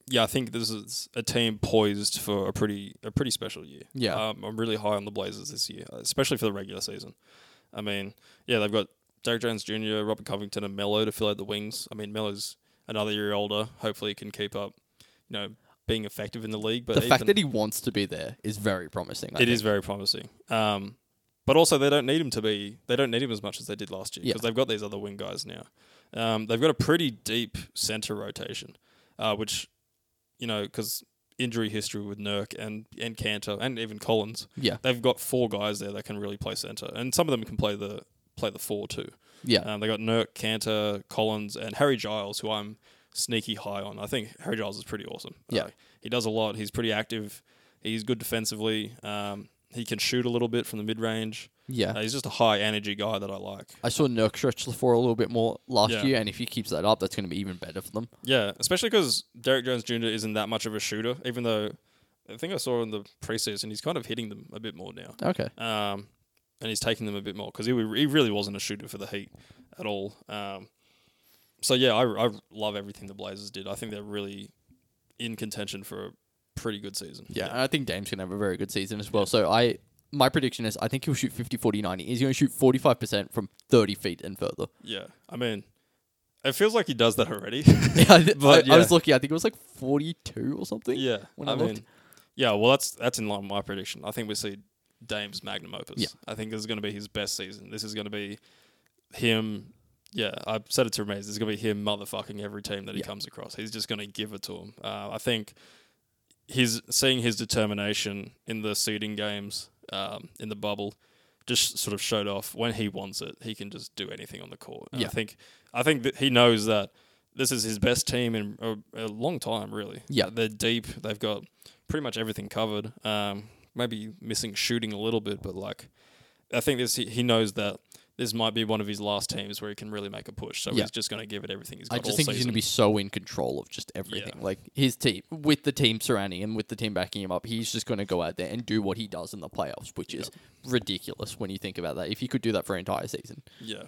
S2: yeah, I think this is a team poised for a pretty a pretty special year.
S1: Yeah.
S2: um, I'm really high on the Blazers this year, uh, especially for the regular season. I mean, yeah, they've got Derek Jones Jr., Robert Covington, and Mello to fill out the wings. I mean, Mello's another year older. Hopefully, he can keep up. You know, being effective in the league. But
S1: the fact
S2: even-
S1: that he wants to be there is very promising. I
S2: it is
S1: think.
S2: very promising. Um, but also they don't need him to be. They don't need him as much as they did last year
S1: Yeah.
S2: because they've got these other wing guys now. Um, they've got a pretty deep center rotation, uh, which you know because injury history with Nurk and and Cantor and even Collins,
S1: Yeah,
S2: they've got four guys there that can really play center, and some of them can play the play the four too.
S1: yeah.
S2: Um, they got Nurk, Cantor, Collins, and Harry Giles, who I'm sneaky high on. I think Harry Giles is pretty awesome.
S1: Yeah.
S2: Uh, he does a lot. He's pretty active. He's good defensively. Um, he can shoot a little bit from the mid range.
S1: yeah.
S2: Uh, he's just a high energy guy that I like.
S1: I saw Nurk stretch the floor a little bit more last
S2: Yeah.
S1: year, and if he keeps that up, that's going to be even better for them.
S2: Yeah, especially because Derek Jones Jr. isn't that much of a shooter, even though I think I saw in the preseason he's kind of hitting them a bit more now.
S1: Okay.
S2: um, and he's taking them a bit more because he, wa- he really wasn't a shooter for the Heat at all. Um, so yeah, I, I love everything the Blazers did. I think they're really in contention for a pretty good season.
S1: Yeah, and I think Dame's going to have a very good season as well. So I, my prediction is I think he'll shoot 50, 40, 90. He's going to shoot 45% from 30 feet and further.
S2: yeah. I mean, it feels like he does that already.
S1: Yeah, I, th-
S2: But,
S1: I, I was
S2: yeah.
S1: looking. I think it was like forty-two or something.
S2: yeah,
S1: When I
S2: I
S1: looked.
S2: mean, yeah. Well, that's that's in line with my prediction. I think we see Dame's magnum opus.
S1: Yeah.
S2: I think this is going to be his best season. This is going to be him. Yeah, I've said it to Remains. It's going to be him motherfucking every team that he
S1: Yeah.
S2: comes across. He's just going to give it to him. Uh, I think his seeing his determination in the seeding games um, in the bubble just sort of showed off when he wants it. He can just do anything on the court. And
S1: Yeah.
S2: I think I think that he knows that this is his best team in a, a long time, really.
S1: Yeah.
S2: they're deep. They've got pretty much everything covered. Um, maybe missing shooting a little bit, but like I think this he, he knows that this might be one of his last teams where he can really make a push. So
S1: Yeah.
S2: he's just going to give it everything he's
S1: I
S2: got.
S1: just
S2: all
S1: think he's
S2: season.
S1: going to be so in control of just everything. Like his team, with the team surrounding him, with the team backing him up, he's just going to go out there and do what he does in the playoffs, which is ridiculous when you think about that. If he could do that for an entire season,
S2: Yeah,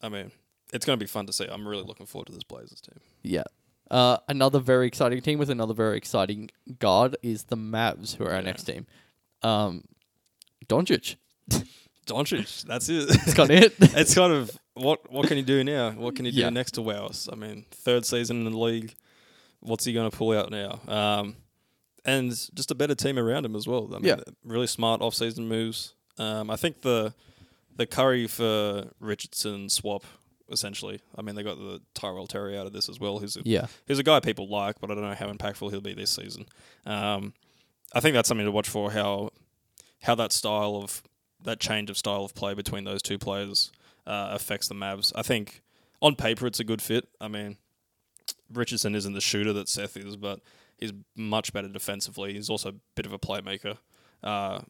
S2: I mean, it's going to be fun to see. I'm really looking forward to this Blazers team.
S1: yeah. Uh, another very exciting team with another very exciting guard is the Mavs, who are our next team. Um, Doncic.
S2: Doncic, that's it.
S1: That's kind of it.
S2: it's kind of what what can he do now? What can he do
S1: Yeah.
S2: next to Wales? I mean, third season in the league. What's he going to pull out now? Um, and just a better team around him as well. I mean,
S1: Yeah.
S2: really smart off-season moves. Um, I think the the Curry for Richardson swap essentially. I mean, they got the Tyrell Terry out of this as well. Who's a
S1: yeah.
S2: He's a guy people like, but I don't know how impactful he'll be this season. Um, I think that's something to watch for how how that style of that change of style of play between those two players uh, affects the Mavs. I think on paper it's a good fit. I mean, Richardson isn't the shooter that Seth is, but he's much better defensively. He's also a bit of a playmaker. Uh,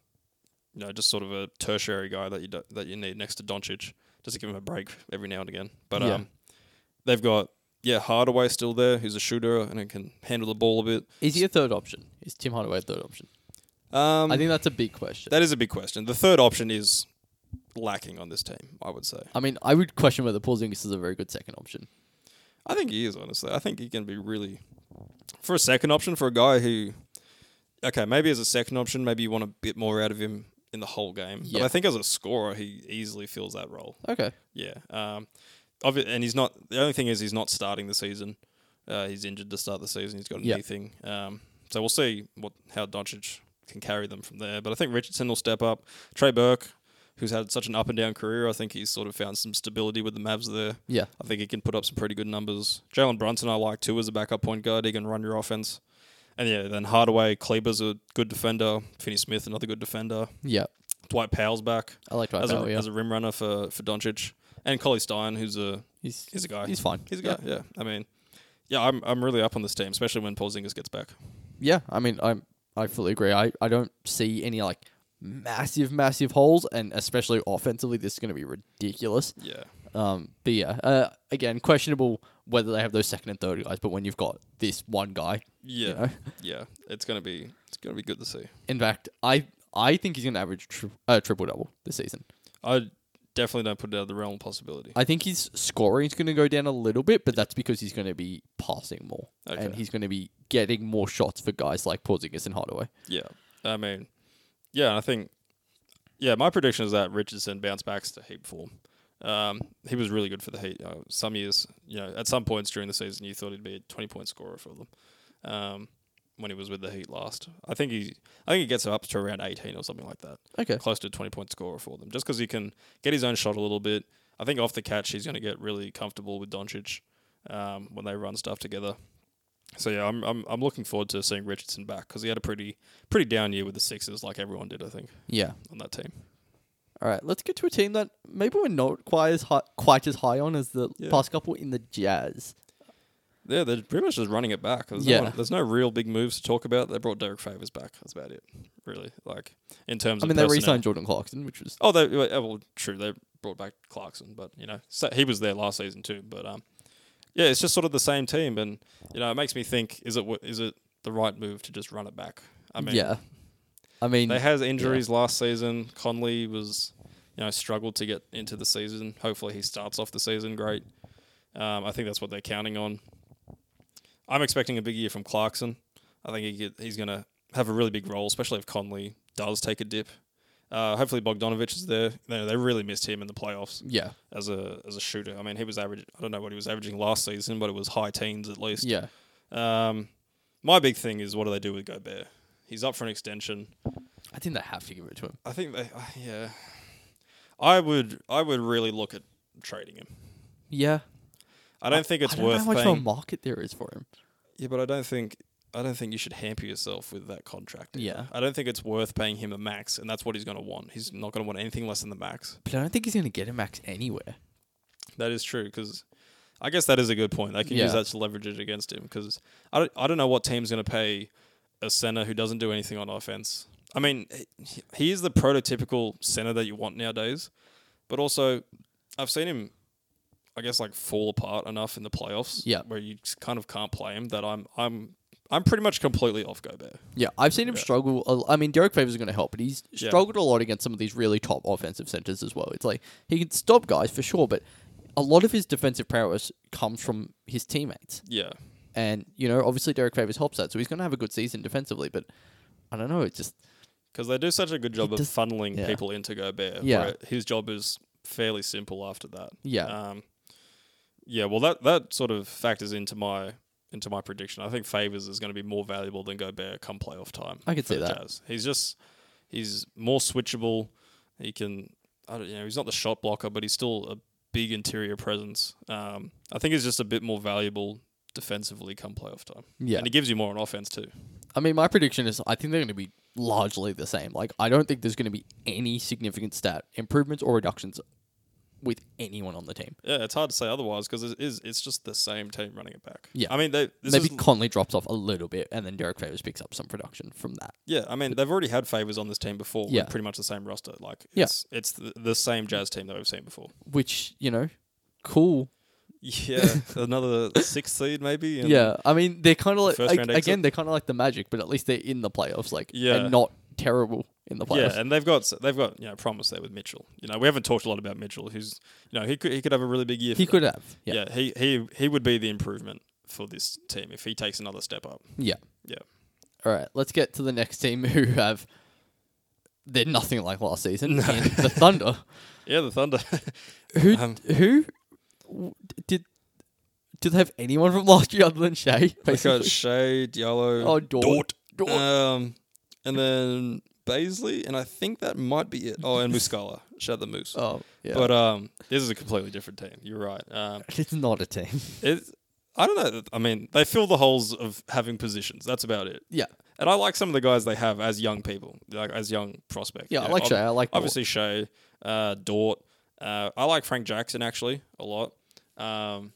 S2: you know, just sort of a tertiary guy that you do, that you need next to Doncic, just to give him a break every now and again. But
S1: Yeah.
S2: um, they've got yeah Hardaway still there, who's a shooter and who can handle the ball a bit.
S1: Is he a third option? Is Tim Hardaway a third option?
S2: Um,
S1: I think that's a big question.
S2: that is a big question. The third option is lacking on this team, I would say.
S1: I mean, I would question whether Porzingis is a very good second option.
S2: I think he is honestly. I think he can be really for a second option for a guy who okay, maybe as a second option, maybe you want a bit more out of him in the whole game. But
S1: Yeah.
S2: I think as a scorer, he easily fills that role.
S1: Okay.
S2: Yeah. Um obvi- and he's not the only thing is he's not starting the season. Uh, he's injured to start the season. He's got a
S1: Yeah.
S2: knee thing. Um, so we'll see what how Doncic can carry them from there. But I think Richardson will step up. Trey Burke, who's had such an up and down career, I think he's sort of found some stability with the Mavs there.
S1: Yeah.
S2: I think he can put up some pretty good numbers. Jalen Brunson, I like too, as a backup point guard. He can run your offense. And yeah, then Hardaway, Kleber's a good defender. Finney Smith, another good defender.
S1: Yeah.
S2: Dwight Powell's back
S1: I like Dwight
S2: as,
S1: Powell.
S2: a,
S1: Yeah.
S2: as a rim runner for, for Doncic. And Collie Stein, who's a
S1: he's
S2: he's a guy.
S1: he's fine.
S2: He's a guy. Yeah. I mean, yeah, I'm I'm really up on this team, especially when Porzingis gets back.
S1: Yeah. I mean, I'm I fully agree. I, I don't see any like massive massive holes, and especially offensively, this is going to be ridiculous.
S2: Yeah.
S1: Um, but yeah, uh, again, questionable whether they have those second and third guys. But when you've got this one guy,
S2: Yeah.
S1: you know,
S2: Yeah. It's gonna be it's gonna be good to see.
S1: in fact, I I think he's going to average tri- uh, triple double this season.
S2: I definitely don't put it out of the realm of possibility.
S1: I think his scoring is going to go down a little bit, but that's because he's going to be passing more and
S2: Okay.
S1: he's going to be getting more shots for guys like Porzingis and Hardaway.
S2: Yeah. I mean, yeah, I think, yeah, my prediction is that Richardson bounce backs to Heat form. Um, he was really good for the Heat. Uh, some years, you know, at some points during the season, you thought he'd be a 20 point scorer for them. Um, when he was with the Heat last, I think he, I think he gets up to around 18 or something like that,
S1: Okay.
S2: close to a 20 point scorer for them, just because he can get his own shot a little bit. I think off the catch, he's going to get really comfortable with Doncic um, when they run stuff together. So yeah, I'm I'm, I'm looking forward to seeing Richardson back because he had a pretty pretty down year with the Sixers, like everyone did, I think,
S1: Yeah.
S2: on that team.
S1: All right. Let's get to a team that maybe we're not quite as high, quite as high on as the
S2: Yeah.
S1: past couple in the Jazz.
S2: Yeah, they're pretty much just running it back. There's
S1: Yeah.
S2: no one- there's no real big moves to talk about. They brought Derek Favors back. That's about it, really. Like in terms
S1: I
S2: of
S1: mean, they
S2: personnel.
S1: re-signed Jordan Clarkson, which was
S2: Oh, they well, yeah, well, true. They brought back Clarkson, but you know, so he was there last season too. But um, yeah, it's just sort of the same team, and you know, it makes me think: is it wo- is it the right move to just run it back? I mean,
S1: yeah. I mean,
S2: They had injuries last season. Conley was, you know, struggled to get into the season. Hopefully, he starts off the season great. Um, I think that's what they're counting on. I'm expecting a big year from Clarkson. I think he get, he's going to have a really big role, especially if Conley does take a dip. Uh, hopefully, Bogdanovich is there. They, they really missed him in the playoffs
S1: yeah,
S2: as a as a shooter. I mean, he was average. I don't know what he was averaging last season, but it was high teens at least.
S1: yeah,
S2: Um, my big thing is what do they do with Gobert? He's up for an extension.
S1: I think they have to give it to him.
S2: I think they, uh, yeah. I would, I would really look at trading him.
S1: Yeah,
S2: I don't think it's
S1: I don't
S2: worth
S1: know how much of a
S2: paying.
S1: market there is for him.
S2: yeah, but I don't think, I don't think you should hamper yourself with that contract. either.
S1: Yeah.
S2: I don't think it's worth paying him a max, and that's what he's going to want. He's not going to want anything less than the max.
S1: But I don't think he's going to get a max anywhere.
S2: That is true because. I guess that is a good point. They can
S1: Yeah.
S2: use that to leverage it against him because I don't, I don't know what team's going to pay a center who doesn't do anything on offense. I mean, he- he is the prototypical center that you want nowadays, but also I've seen him, I guess, like fall apart enough in the playoffs,
S1: Yeah.
S2: where you just kind of can't play him. That I'm, I'm, I'm pretty much completely off Gobert.
S1: Yeah, I've seen him
S2: Yeah.
S1: struggle. a l- I mean, Derek Favors is going to help, but he's
S2: Yeah.
S1: struggled a lot against some of these really top offensive centers as well. It's like he can stop guys for sure, but a lot of his defensive prowess comes from his teammates.
S2: Yeah,
S1: And, you know, obviously Derek Favors helps that. So he's going to have a good season defensively. But I don't know. It just,
S2: because they do such a good job of
S1: does-
S2: funneling
S1: yeah.
S2: people into Gobert.
S1: Yeah.
S2: where his job is fairly simple after that.
S1: yeah.
S2: Um, yeah, well, that that sort of factors into my into my prediction. I think Favors is going to be more valuable than Gobert come playoff time.
S1: I could
S2: for
S1: see
S2: the
S1: that.
S2: Jazz. He's just he's more switchable. He can, I don't, you know, he's not the shot blocker, but he's still a big interior presence. Um, I think he's just a bit more valuable defensively come playoff time.
S1: Yeah.
S2: and he gives you more on offense too.
S1: I mean, my prediction is I think they're going to be largely the same. Like, I don't think there's going to be any significant stat improvements or reductions with anyone on the team.
S2: Yeah, it's hard to say otherwise because it is it's just the same team running it back.
S1: Yeah.
S2: I mean they this
S1: Maybe
S2: is,
S1: Conley drops off a little bit, and then Derek Favors picks up some production from that.
S2: yeah. I mean they've already had favors on this team before. with
S1: Yeah.
S2: pretty much the same roster. Like
S1: Yeah.
S2: it's it's the, the same Jazz team that we've seen before.
S1: Which you know, cool.
S2: Yeah, another sixth seed maybe. and-
S1: yeah, I mean, they're kind of like
S2: first
S1: ag-
S2: round exit.
S1: again, they're kind of like the Magic, but at least they're in the playoffs. Like,
S2: Yeah.
S1: and not terrible in the playoffs.
S2: Yeah, and they've got they've got you know promise there with Mitchell. You know we haven't talked a lot about Mitchell, who's you know he could he could have a really big year.
S1: he
S2: for them.
S1: could have. Yeah,
S2: Yeah. he he he would be the improvement for this team if he takes another step up.
S1: yeah.
S2: Yeah,
S1: All right, let's get to the next team who have they're nothing like last season.
S2: No.
S1: and the Thunder.
S2: yeah, the Thunder.
S1: Who
S2: Um,
S1: who w- did did they have anyone from last year other than Shay?
S2: they got
S1: basically?
S2: Shea, Diallo,
S1: Oh, Dort. Dort.
S2: Um, and then Baisley, and I think that might be it. Oh, and Muscala, shout the Moose.
S1: oh yeah,
S2: But um, this is a completely different team. You're right. Um,
S1: it's not a team.
S2: it, I don't know. I mean, they fill the holes of having positions. That's about it.
S1: Yeah,
S2: And I like some of the guys they have as young people, like as young prospects.
S1: yeah.
S2: You
S1: I
S2: know,
S1: like
S2: ob-
S1: Shay. I like Dort.
S2: Obviously, Shea, uh, Dort. Uh, I like Frank Jackson actually a lot. Um,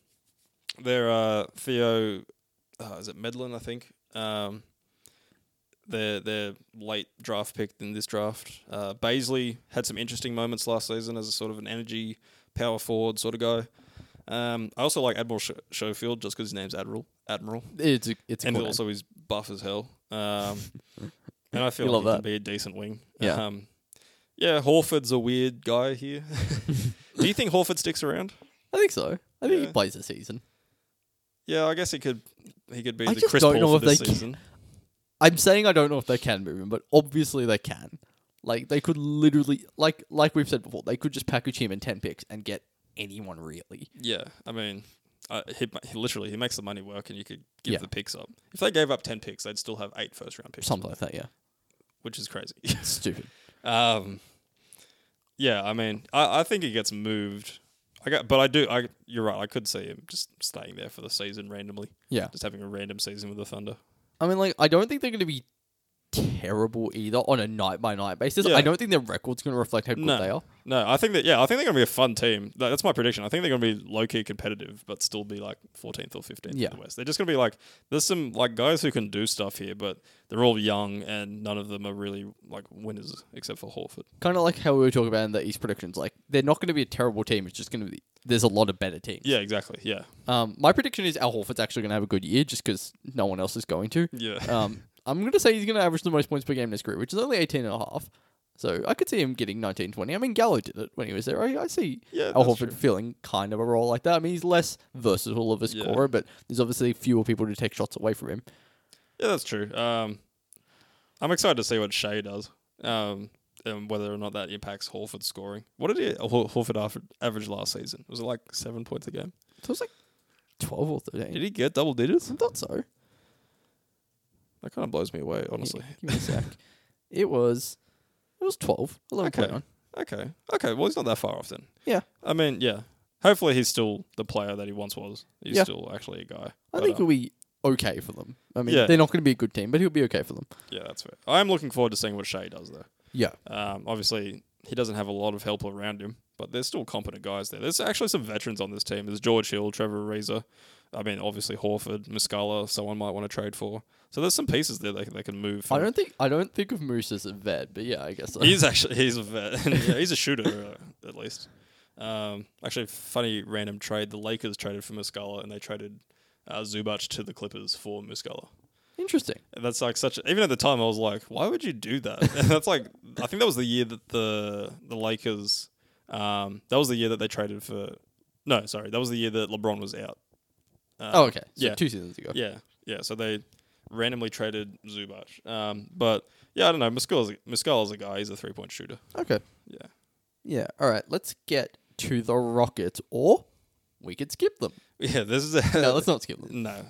S2: there are Theo, uh, is it Medlin? I think. Um, their their late draft pick in this draft. Uh, Baisley had some interesting moments last season as a sort of an energy power forward sort of guy. Um, I also like Admiral Sh- Schofield just because his name's Admiral. Admiral
S1: It's a, it's a
S2: and
S1: cool name.
S2: also he's buff as hell. Um, and I feel
S1: You love
S2: like he
S1: that.
S2: can be a decent wing.
S1: Yeah.
S2: Um, yeah, Horford's a weird guy here. Do you think Horford sticks around?
S1: I think so. I think
S2: Yeah.
S1: he plays the season.
S2: Yeah, I guess he could. He could be
S1: I
S2: the
S1: just
S2: Chris
S1: don't
S2: Paul
S1: know
S2: for
S1: if
S2: this
S1: they can-
S2: season.
S1: I'm saying I don't know if they can move him, but obviously they can. Like they could literally, like like we've said before, they could just package him in ten picks and get anyone really.
S2: Yeah, I mean, uh, he, ma- he literally he makes the money work, and you could give
S1: Yeah.
S2: the picks up. If they gave up ten picks, they'd still have eight first round picks,
S1: Something like that. Yeah,
S2: which is crazy.
S1: stupid.
S2: Um, yeah, I mean, I, I think he gets moved. I got, but I do. I you're right. I could see him just staying there for the season randomly,
S1: Yeah,
S2: just having a random season with the Thunder.
S1: I mean, like, I don't think they're going to be terrible either on a night by night basis.
S2: Yeah.
S1: I don't think their record's going to reflect how good
S2: No.
S1: they are.
S2: No, I think that yeah, I think they're gonna be a fun team. That- That's my prediction. I think they're gonna be low key competitive, but still be like 14th or 15th
S1: Yeah.
S2: in the West. They're just gonna be like there's some like guys who can do stuff here, but they're all young and none of them are really like winners except for Horford.
S1: Kind of like how we were talking about in the East predictions. Like, they're not going to be a terrible team. It's just going to be there's a lot of better teams.
S2: Yeah, exactly. Yeah,
S1: Um, my prediction is Al Horford's actually going to have a good year just because no one else is going to.
S2: yeah.
S1: Um, I'm going to say he's going to average the most points per game in his career, which is only 18 and a half. So I could see him getting 19, 20. I mean, Gallo did it when he was there. I, I see
S2: Yeah,
S1: Al
S2: that's
S1: Horford
S2: true.
S1: feeling kind of a role like that. I mean, he's less versatile of a
S2: Yeah.
S1: scorer, but there's obviously fewer people to take shots away from him.
S2: Yeah, that's true. Um, I'm excited to see what Shea does, um, and whether or not that impacts Horford's scoring. What did he, uh, Hor- Horford aver- average last season? Was it like seven points a game?
S1: It was like 12 or 13.
S2: Did he get double digits?
S1: I thought so.
S2: That kind of blows me away, honestly.
S1: Yeah, give me a sec. it was it was 12, 11.9.
S2: Okay. Okay, okay. Well, he's not that far off then.
S1: Yeah.
S2: I mean, yeah. Hopefully, he's still the player that he once was. He's
S1: Yeah.
S2: still actually a guy.
S1: I
S2: But,
S1: think
S2: uh,
S1: he'll be okay for them. I mean,
S2: Yeah.
S1: they're not going to be a good team, but he'll be okay for them.
S2: yeah, that's fair. I am looking forward to seeing what Shea does though.
S1: Yeah.
S2: Um, obviously, he doesn't have a lot of help around him, but there's still competent guys there. There's actually some veterans on this team. There's George Hill, Trevor Ariza. I mean, obviously Horford, Muscala. Someone might want to trade for. So there's some pieces there they they can move.
S1: I
S2: from.
S1: don't think I don't think of Moose as a vet, but yeah, I guess so.
S2: He's actually he's a vet. yeah, he's a shooter uh, at least. Um, actually, funny random trade. The Lakers traded for Muscala, and they traded uh, Zubac to the Clippers for Muscala.
S1: interesting.
S2: And that's like such. Even at the time, I was like, "Why would you do that?" And that's like, I think that was the year that the the Lakers. Um, that was the year that they traded for. No, sorry, that was the year that LeBron was out. Uh,
S1: Oh, okay. So
S2: yeah.
S1: two seasons ago.
S2: Yeah, yeah. So they randomly traded Zubac. Um, but yeah, I don't know. Muscala's Muscala's a guy. He's a three point shooter.
S1: Okay.
S2: Yeah.
S1: Yeah. All right. Let's get to the Rockets, or we could skip them.
S2: Yeah. This is a
S1: No, let's not skip them.
S2: no.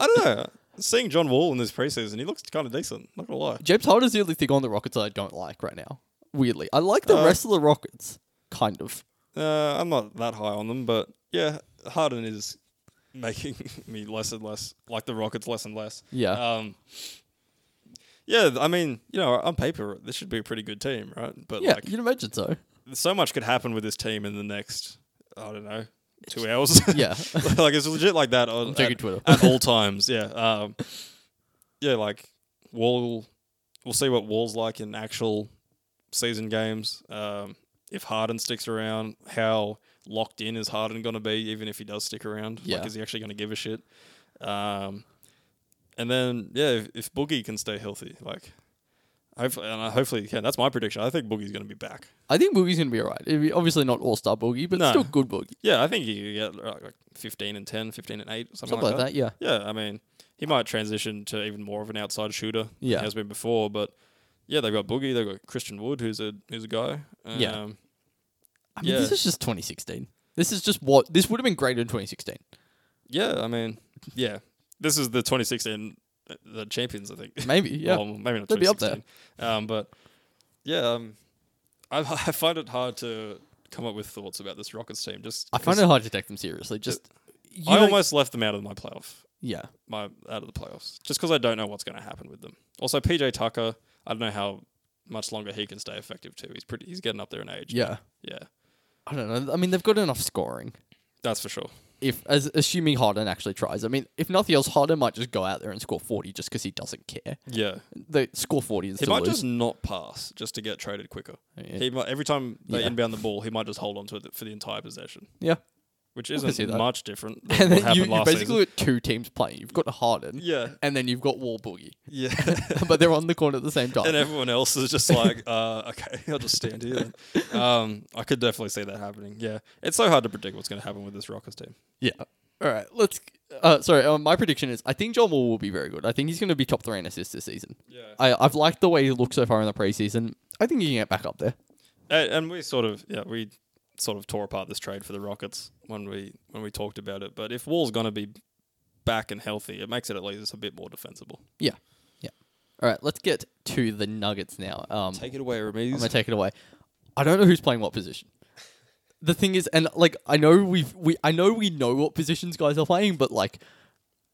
S2: I don't know. Seeing John Wall in this preseason, he looks kind of decent. Not gonna lie.
S1: James Harden's the only thing on the Rockets I don't like right now. Weirdly, I like the
S2: Uh,
S1: rest of the Rockets, kind of.
S2: Uh, I'm not that high on them, but yeah, Harden is making me less and less like the Rockets, less and less.
S1: Yeah.
S2: Um, yeah, I mean, you know, on paper, this should be a pretty good team, right? But
S1: yeah,
S2: like,
S1: you'd imagine so.
S2: so much could happen with this team in the next, I don't know, two hours.
S1: Yeah.
S2: like it's legit like that on
S1: I'm checking
S2: at,
S1: Twitter.
S2: at all times. Yeah, um, yeah, like Wall. We'll see what Wall's like in actual season games. Um, if Harden sticks around, how locked in is Harden going to be? Even if he does stick around,
S1: Yeah.
S2: like is he actually going to give a shit? Um, and then yeah, if, if Boogie can stay healthy, like. Hopefully, and I- hopefully he can. That's my prediction. I think Boogie's going to be back.
S1: I think Boogie's gonna be alright. It'd be Obviously not All Star Boogie, but
S2: No.
S1: still good Boogie,
S2: Yeah, I think he could get like like 15 and 10, 15 and 8, something,
S1: something like that. Yeah.
S2: Yeah, I mean, he might transition to even more of an outside shooter. than he
S1: Yeah.
S2: has been before, but yeah, they've got Boogie, they've got Christian Wood, who's a who's a guy. Um,
S1: Yeah. I mean, this
S2: Yeah.
S1: is just 2016. This is just what this would have been great in 2016.
S2: yeah, I mean, yeah, this is the 2016 uh, the champions, I think.
S1: Maybe, yeah.
S2: well, maybe not.
S1: They'll be up there.
S2: 2016. Um, but yeah, um, I, I find it hard to come up with thoughts about this Rockets team. Just
S1: I find
S2: 'cause
S1: it hard to take them seriously. Just you
S2: I
S1: know-
S2: almost left them out of my playoff.
S1: yeah.
S2: my out of the playoffs just because I don't know what's going to happen with them. Also, PJ Tucker, I don't know how much longer he can stay effective too. He's pretty, he's getting up there in age.
S1: Yeah.
S2: yeah,
S1: I don't know. I mean, they've got enough scoring.
S2: that's for sure.
S1: If as assuming Harden actually tries, I mean, if nothing else, Harden might just go out there and score 40 just because he doesn't care.
S2: Yeah,
S1: They score 40 and
S2: he
S1: still
S2: might
S1: lose.
S2: just not pass just to get traded quicker.
S1: Yeah.
S2: He might every time they
S1: Yeah.
S2: inbound the ball, he might just hold on to it for the entire possession,
S1: yeah.
S2: which
S1: can see
S2: isn't
S1: that.
S2: much different than
S1: And
S2: what
S1: then
S2: happened
S1: you, you
S2: last
S1: basically
S2: season.
S1: got two teams playing. You've got Harden,
S2: Yeah,
S1: and then you've got Wall Boogie,
S2: yeah.
S1: but they're on the court at the same time.
S2: and everyone else is just like, uh, okay, I'll just stand here. then. Um, I could definitely see that happening. Yeah, it's so hard to predict what's going to happen with this Rockets team.
S1: Yeah. All right. Let's. Uh, sorry. Uh, my prediction is I think John Wall will be very good. I think he's going to be top three in assists this season.
S2: Yeah.
S1: I, I've liked the way he looked so far in the preseason. I think he can get back up there.
S2: And, and we sort of yeah we sort of tore apart this trade for the Rockets when we when we talked about it. But if Wall's going to be back and healthy, it makes it at least a bit more defensible.
S1: Yeah. Yeah. All right. Let's get to the Nuggets now. Um,
S2: Take it away,
S1: I'm
S2: Ramiz.
S1: gonna take it away. I don't know who's playing what position. The thing is, and like I know we've we I know we know what positions guys are playing, but like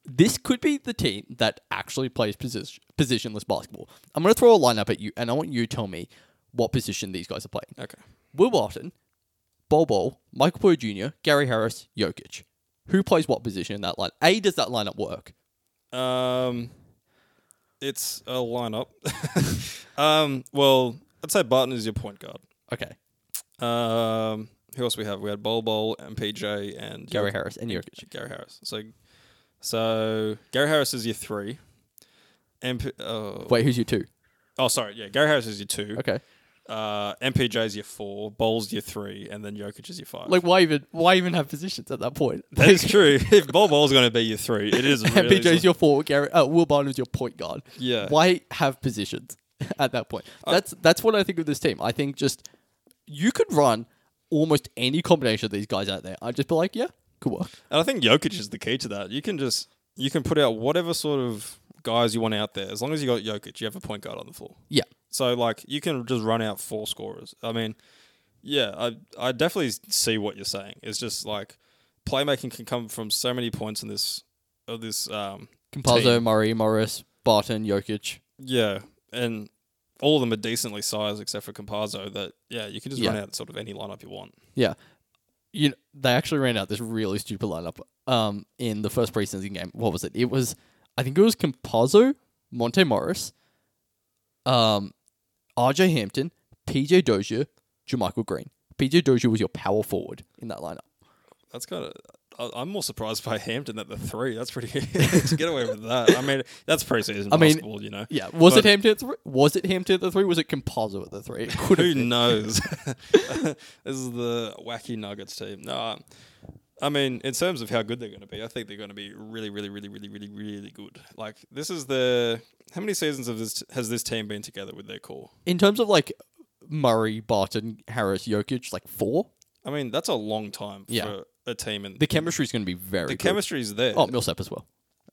S1: this could be the team that actually plays position, positionless basketball. I'm gonna throw a lineup at you, and I want you to tell me what position these guys are playing.
S2: okay.
S1: Will Barton, Bol Bol, Michael Porter Jr., Gary Harris, Jokic. Who plays what position in that line? A, does that lineup work?
S2: Um, it's a lineup. um, well, I'd say Barton is your point guard.
S1: Okay.
S2: Um, who else we have? We had Bol Bol and PJ and
S1: Gary Harris and Jokic.
S2: Gary Harris. So, so Gary Harris is your three. MP, oh,
S1: Wait, who's your two?
S2: oh, sorry. Yeah, Gary Harris is your two.
S1: Okay.
S2: Uh, MPJ's your four, Bowl's your three, and then Jokic is your five.
S1: Like why even why even have positions at that point?
S2: that is true. if Bol Bol's going to be your three, it is
S1: And
S2: really.
S1: PJ's your forward. Gary, uh, Will Barton's your point guard.
S2: Yeah. Uh,
S1: Why have positions at that point? That's that's what I think of this team. I think just you could run almost any combination of these guys out there. I'd just be like, yeah, could work.
S2: and I think Jokic is the key to that. You can just you can put out whatever sort of guys you want out there, as long as you got Jokic, you have a point guard on the floor.
S1: Yeah.
S2: So like you can just run out four scorers. I mean, yeah, I I definitely see what you're saying. It's just like playmaking can come from so many points in this of this um
S1: Compazzo,
S2: team.
S1: Murray, Morris, Barton, Jokic.
S2: Yeah, and all of them are decently sized except for Compazzo. That yeah, you can just run
S1: Yeah.
S2: out sort of any lineup you want.
S1: Yeah. You know, they actually ran out this really stupid lineup um, in the first preseason game. What was it? It was, I think it was Compazzo, Monte Morris, um, RJ Hampton, PJ Dozier, Jermichael Green. PJ Dozier was your power forward in that lineup.
S2: That's kind of. I'm more surprised by Hampton that the three. That's pretty. to get away with that. I mean, that's preseason
S1: mean,
S2: basketball, you know.
S1: Yeah. Was
S2: But-
S1: it Hampton at three? Was it Hampton at the three? Was it Compazzo at the three? It could have
S2: Who
S1: been.
S2: knows? this is the wacky Nuggets team. No, I mean, in terms of how good they're going to be, I think they're going to be really, really, really, really, really, really good. Like this is the how many seasons of this has this team been together with their core?
S1: In terms of like Murray, Barton, Harris, Jokic, like four,
S2: I mean, that's a long time for
S1: Yeah.
S2: a team, and
S1: the chemistry's going to be very
S2: the
S1: good.
S2: chemistry's there.
S1: Oh, Millsap as well.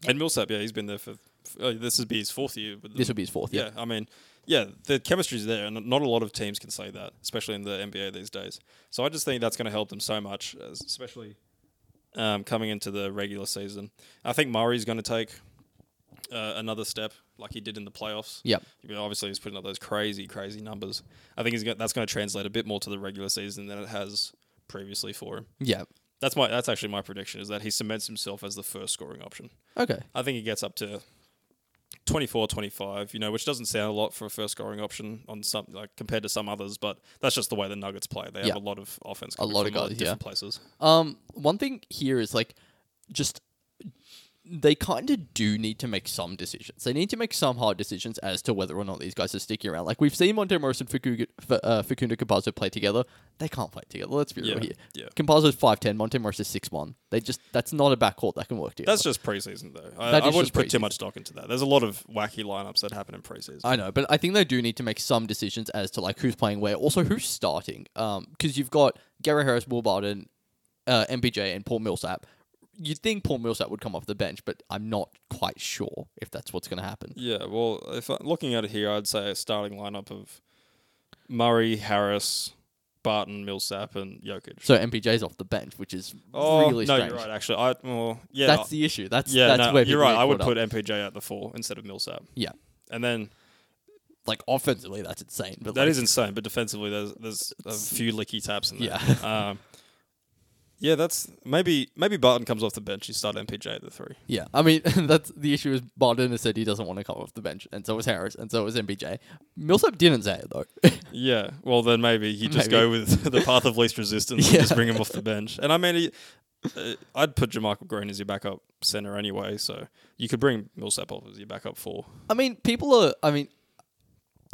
S2: and Millsap, yeah, he's been there for. Oh, this would be his fourth year. With them.
S1: This will be his fourth.
S2: yeah, I mean, yeah, the chemistry's there, and not a lot of teams can say that, especially in the NBA these days. So I just think that's going to help them so much, as- especially um, coming into the regular season. I think Murray's going to take uh, another step, like he did in the playoffs.
S1: Yeah.
S2: I mean, obviously he's putting up those crazy, crazy numbers. I think he's got, that's going to translate a bit more to the regular season than it has previously for him.
S1: Yeah.
S2: That's my that's actually my prediction is that he cements himself as the first scoring option.
S1: Okay.
S2: I think he gets up to 24, 25, you know, which doesn't sound a lot for a first scoring option on some like compared to some others, but that's just the way the Nuggets play. They
S1: Yeah.
S2: have a lot of offense,
S1: A
S2: coming
S1: lot of
S2: from
S1: guys, yeah.
S2: different places.
S1: Um, one thing here is like, just they kind of do need to make some decisions. They need to make some hard decisions as to whether or not these guys are sticking around. Like we've seen Monte Morris and Facundo, uh, Facundo Campazzo play together. They can't play together. Let's be real
S2: Yeah,
S1: here.
S2: yeah.
S1: Campazzo's five ten. Monte Morris is six one. They just that's not a backcourt that can work together.
S2: That's just preseason though. I,
S1: That
S2: I
S1: is just
S2: wouldn't put too
S1: preseason. Uh,
S2: much stock into that. There's a lot of wacky lineups that happen in preseason.
S1: I know, but I think they do need to make some decisions as to like who's playing where, also who's starting. Um, because you've got Gary Harris, Will Barton, uh, MPJ, and Paul Millsap. You'd think Paul Millsap would come off the bench, but I'm not quite sure if that's what's going to happen.
S2: Yeah, well, if I, looking at it here, I'd say a starting lineup of Murray, Harris, Barton, Millsap, and Jokic.
S1: So MPJ's off the bench, which is
S2: oh
S1: really
S2: no,
S1: strange.
S2: you're right. Actually, I well, yeah,
S1: That's the issue. That's
S2: yeah,
S1: that's
S2: no,
S1: where
S2: you're
S1: people
S2: right.
S1: get
S2: I would
S1: caught
S2: put
S1: up.
S2: MPJ at the four instead of Millsap.
S1: yeah,
S2: And then
S1: like offensively, that's insane. But
S2: that
S1: like,
S2: is insane, but defensively, there's there's a few licky taps in there.
S1: Yeah.
S2: um, yeah, that's maybe maybe Barton comes off the bench. You start MPJ at the three.
S1: Yeah, I mean that's the issue. Is Barton has said he doesn't want to come off the bench, and so was Harris, and so was MPJ. Millsap didn't say it though.
S2: Yeah, well then maybe you just
S1: Maybe.
S2: go with the path of least resistance
S1: Yeah.
S2: and just bring him off the bench. And I mean, he, uh, I'd put Jermichael Green as your backup center anyway, so you could bring Millsap off as your backup four.
S1: I mean, people are. I mean,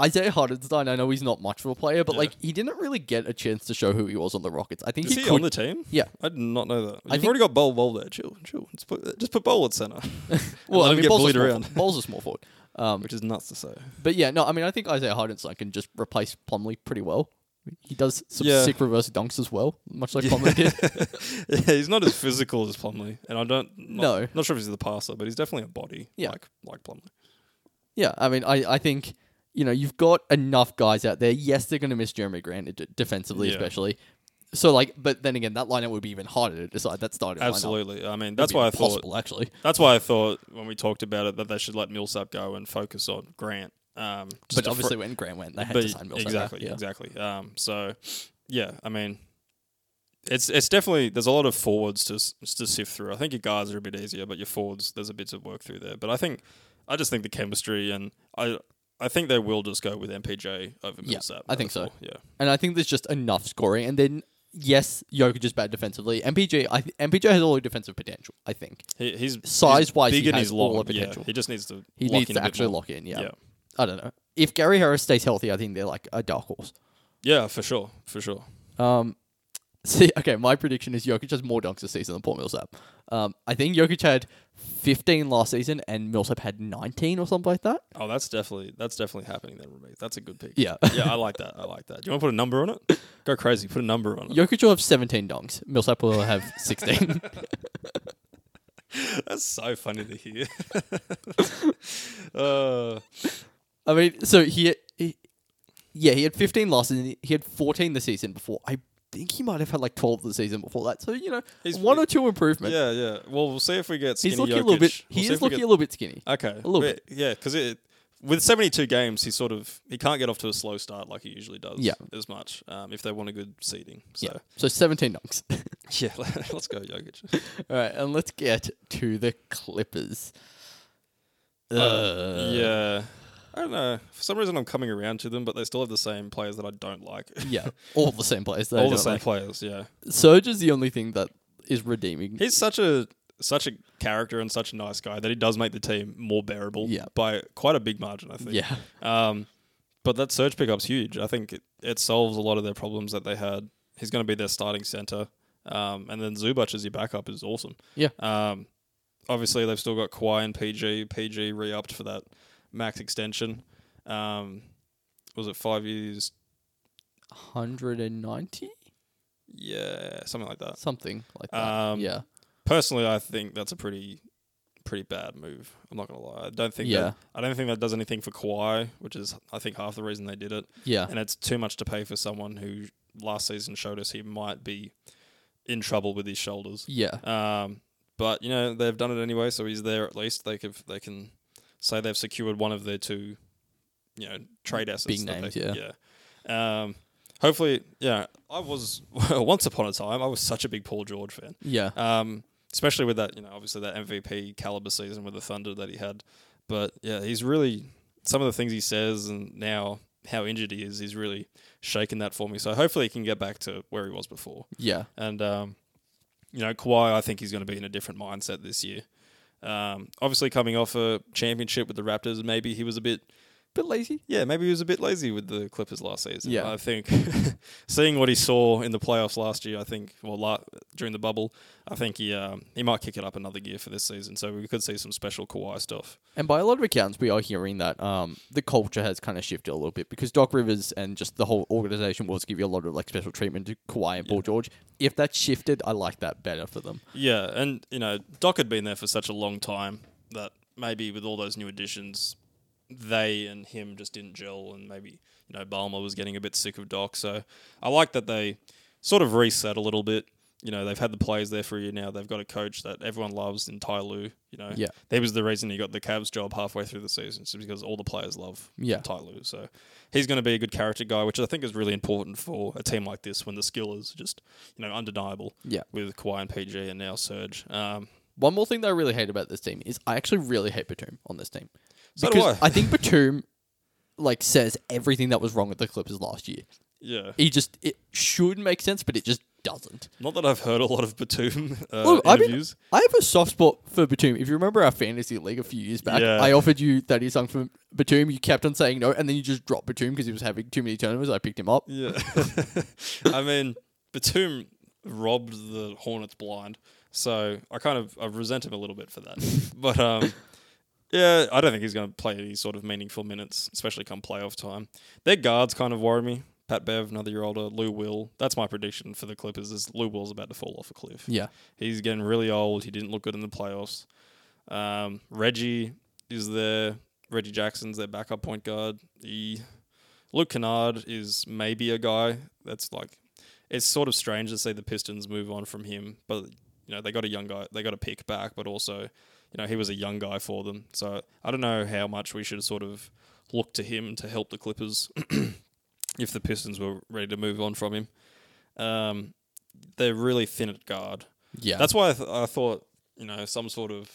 S1: Isaiah Hardenstein. I know he's not much of a player, but
S2: Yeah.
S1: like he didn't really get a chance to show who he was on the Rockets. I think
S2: Is
S1: he,
S2: he,
S1: could.
S2: on the team?
S1: yeah.
S2: I did not know that. You've
S1: think-
S2: already got Bowl Bowl there. Chill, chill. Just put, just put Bowl at center,
S1: Well,
S2: let
S1: I
S2: him
S1: mean,
S2: get
S1: Ball's a,
S2: bullied
S1: small
S2: around.
S1: forward. Ball's a small forward. Um,
S2: which is nuts to say.
S1: but yeah, no. I mean, I think Isaiah Hardenstein can just replace Plumlee pretty well. He does some
S2: Yeah.
S1: sick reverse dunks as well, much like Plumlee did.
S2: yeah, he's not as physical as Plumlee, and I don't not,
S1: No.
S2: not sure if he's the passer, but he's definitely a body
S1: Yeah.
S2: like like Plumlee.
S1: Yeah, I mean, I, I think you know you've got enough guys out there. Yes, they're going to miss Jeremy Grant d- defensively,
S2: Yeah.
S1: especially. So like, but then again, that lineup would be even harder to decide. That starting lineup.
S2: Absolutely. I mean, that's
S1: It'd be
S2: why I thought
S1: impossible, actually.
S2: That's why I thought when we talked about it that they should let Millsap go and focus on Grant. Um, just
S1: But
S2: to
S1: obviously,
S2: fr-
S1: when Grant went, they had
S2: but
S1: to sign Millsap.
S2: exactly,
S1: yeah.
S2: exactly. Um, so yeah, I mean, it's it's definitely there's a lot of forwards to s- to sift through. I think your guards are a bit easier, but your forwards there's a bit of work through there. But I think I just think the chemistry and I I think they will just go with MPJ over
S1: Yeah,
S2: Millsap.
S1: I
S2: at
S1: think
S2: the
S1: so.
S2: four. Yeah,
S1: And I think there's just enough scoring. And then yes, Jokic is bad defensively. MPJ, I th- MPJ has all the defensive potential. I think
S2: he, he's he's
S1: Size-wise,
S2: big
S1: he
S2: and
S1: has
S2: he's
S1: all
S2: long.
S1: the
S2: Yeah,
S1: potential.
S2: he just needs to
S1: he
S2: lock
S1: needs
S2: in
S1: to
S2: a bit
S1: actually
S2: more.
S1: lock in. Yeah.
S2: Yeah.
S1: I don't know if Gary Harris stays healthy. I think they're like a dark horse.
S2: Yeah, for sure, for sure.
S1: Um, see, okay, my prediction is Jokic has more dunks this season than Paul Millsap. Um, I think Jokic had 15 last season and Millsap had 19 or something like that.
S2: Oh, that's definitely that's definitely happening then, Ramesh. That's a good pick.
S1: Yeah.
S2: yeah, I like that. I like that. Do you want to put a number on it? Go crazy. Put a number on it.
S1: Jokic will have 17 dunks. Millsap will have 16.
S2: That's so funny to hear. uh,
S1: I mean, so he, he, yeah, he had 15 last season. He had 14 the season before. I think he might have had like 12 the season before that. So you know,
S2: He's-
S1: one or two improvement.
S2: yeah, yeah. Well, we'll see if we get skinny
S1: He's looking
S2: Jokic.
S1: a little bit.
S2: We'll
S1: He
S2: see
S1: is
S2: if we
S1: looking
S2: get-
S1: a
S2: Uh,
S1: little bit skinny.
S2: okay.
S1: little
S2: But, Yeah, because it with seventy two games, he sort of he can't get off to a slow start like he usually does.
S1: Yeah.
S2: as much um, if they want a good seeding.
S1: Yeah. So
S2: So
S1: 17 dunks.
S2: yeah, let's go Jokic.
S1: All right, and let's get to the Clippers. Uh,
S2: Uh,
S1: Ugh.
S2: yeah. I don't know. For some reason, I'm coming around to them, but they still have the same players that I don't like.
S1: Yeah, all the same players.
S2: All the same players, yeah.
S1: Surge is the only thing that is redeeming.
S2: He's such a such a character and such a nice guy that he does make the team more bearable
S1: Yeah.
S2: by quite a big margin, I think.
S1: yeah,
S2: Um, but that surge pickup's huge. I think it, it solves a lot of their problems that they had. He's going to be their starting center. Um, and then Zubac as your backup is awesome.
S1: Yeah.
S2: Um, obviously, they've still got Kawhi and PG. PG re upped for that max extension. Um, was it five years?
S1: 190?
S2: Yeah, something like that.
S1: Something like that.
S2: Um,
S1: yeah.
S2: Personally, I think that's a pretty, pretty bad move. I'm not gonna lie. I don't think.
S1: Yeah.
S2: That, I don't think that does anything for Kawhi, which is I think half the reason they did it.
S1: Yeah.
S2: and it's too much to pay for someone who last season showed us he might be in trouble with his shoulders.
S1: Yeah.
S2: Um, but you know they've done it anyway, so he's there at least. They could they can say they've secured one of their two, you know, trade assets.
S1: Big
S2: that
S1: names,
S2: they-
S1: yeah.
S2: yeah. Um, hopefully, yeah. I was once upon a time I was such a big Paul George fan.
S1: Yeah.
S2: Um, especially with that, you know, obviously that MVP caliber season with the Thunder that he had. But yeah, he's really some of the things he says and now how injured he is, he's really shaken that for me. So hopefully he can get back to where he was before.
S1: Yeah.
S2: And um, you know, Kawhi, I think he's going to be in a different mindset this year. Um, obviously coming off a championship with the Raptors, maybe he was a bit
S1: Bit lazy.
S2: yeah, maybe he was a bit lazy with the Clippers last season.
S1: Yeah.
S2: I think seeing what he saw in the playoffs last year, I think, well, la- during the bubble, I think he um, he might kick it up another gear for this season. So we could see some special Kawhi stuff.
S1: And by a lot of accounts, we are hearing that um, the culture has kind of shifted a little bit because Doc Rivers and just the whole organization was give you a lot of like special treatment to Kawhi and Paul George. If that shifted, I like that better for them.
S2: Yeah, and you know, Doc had been there for such a long time that maybe with all those new additions, they and him just didn't gel, and maybe you know Balmer was getting a bit sick of Doc. So I like that they sort of reset a little bit. You know, they've had the players there for a year now. They've got a coach that everyone loves in Ty Lue. You know,
S1: Yeah.
S2: that was the reason he got the Cavs job halfway through the season, is because all the players love
S1: Yeah.
S2: Ty Lue. So he's going to be a good character guy, which I think is really important for a team like this when the skill is just you know undeniable
S1: Yeah.
S2: with Kawhi and PG and now Serge. Um,
S1: One more thing that I really hate about this team is I actually really hate Batum on this team.
S2: So do
S1: because
S2: I.
S1: think Batum like says everything that was wrong with the Clippers last year.
S2: yeah,
S1: He just it should make sense, but it just doesn't.
S2: not that I've heard a lot of Batum uh,
S1: Look, I mean-
S2: interviews.
S1: I have a soft spot for Batum. If you remember our fantasy league a few years back,
S2: Yeah.
S1: I offered you that he sung for Batum. You kept on saying no, and then you just dropped Batum because he was having too many turnovers. I picked him up.
S2: yeah, I mean Batum robbed the Hornets blind, so I kind of I resent him a little bit for that. but um, yeah, I don't think he's going to play any sort of meaningful minutes, especially come playoff time. Their guards kind of worry me. Pat Bev, another year older, Lou Will. That's my prediction for the Clippers. Is Lou Will's about to fall off a cliff?
S1: Yeah,
S2: He's getting really old. He didn't look good in the playoffs. Um, Reggie is their Reggie Jackson's their backup point guard. He, Luke Kennard is maybe a guy that's like it's sort of strange to see the Pistons move on from him, but you know they got a young guy, they got a pick back, but also you know he was a young guy for them. So I don't know how much we should sort of look to him to help the Clippers if the Pistons were ready to move on from him. Um, they're really thin at guard.
S1: yeah,
S2: That's why I, th- I thought, you know, some sort of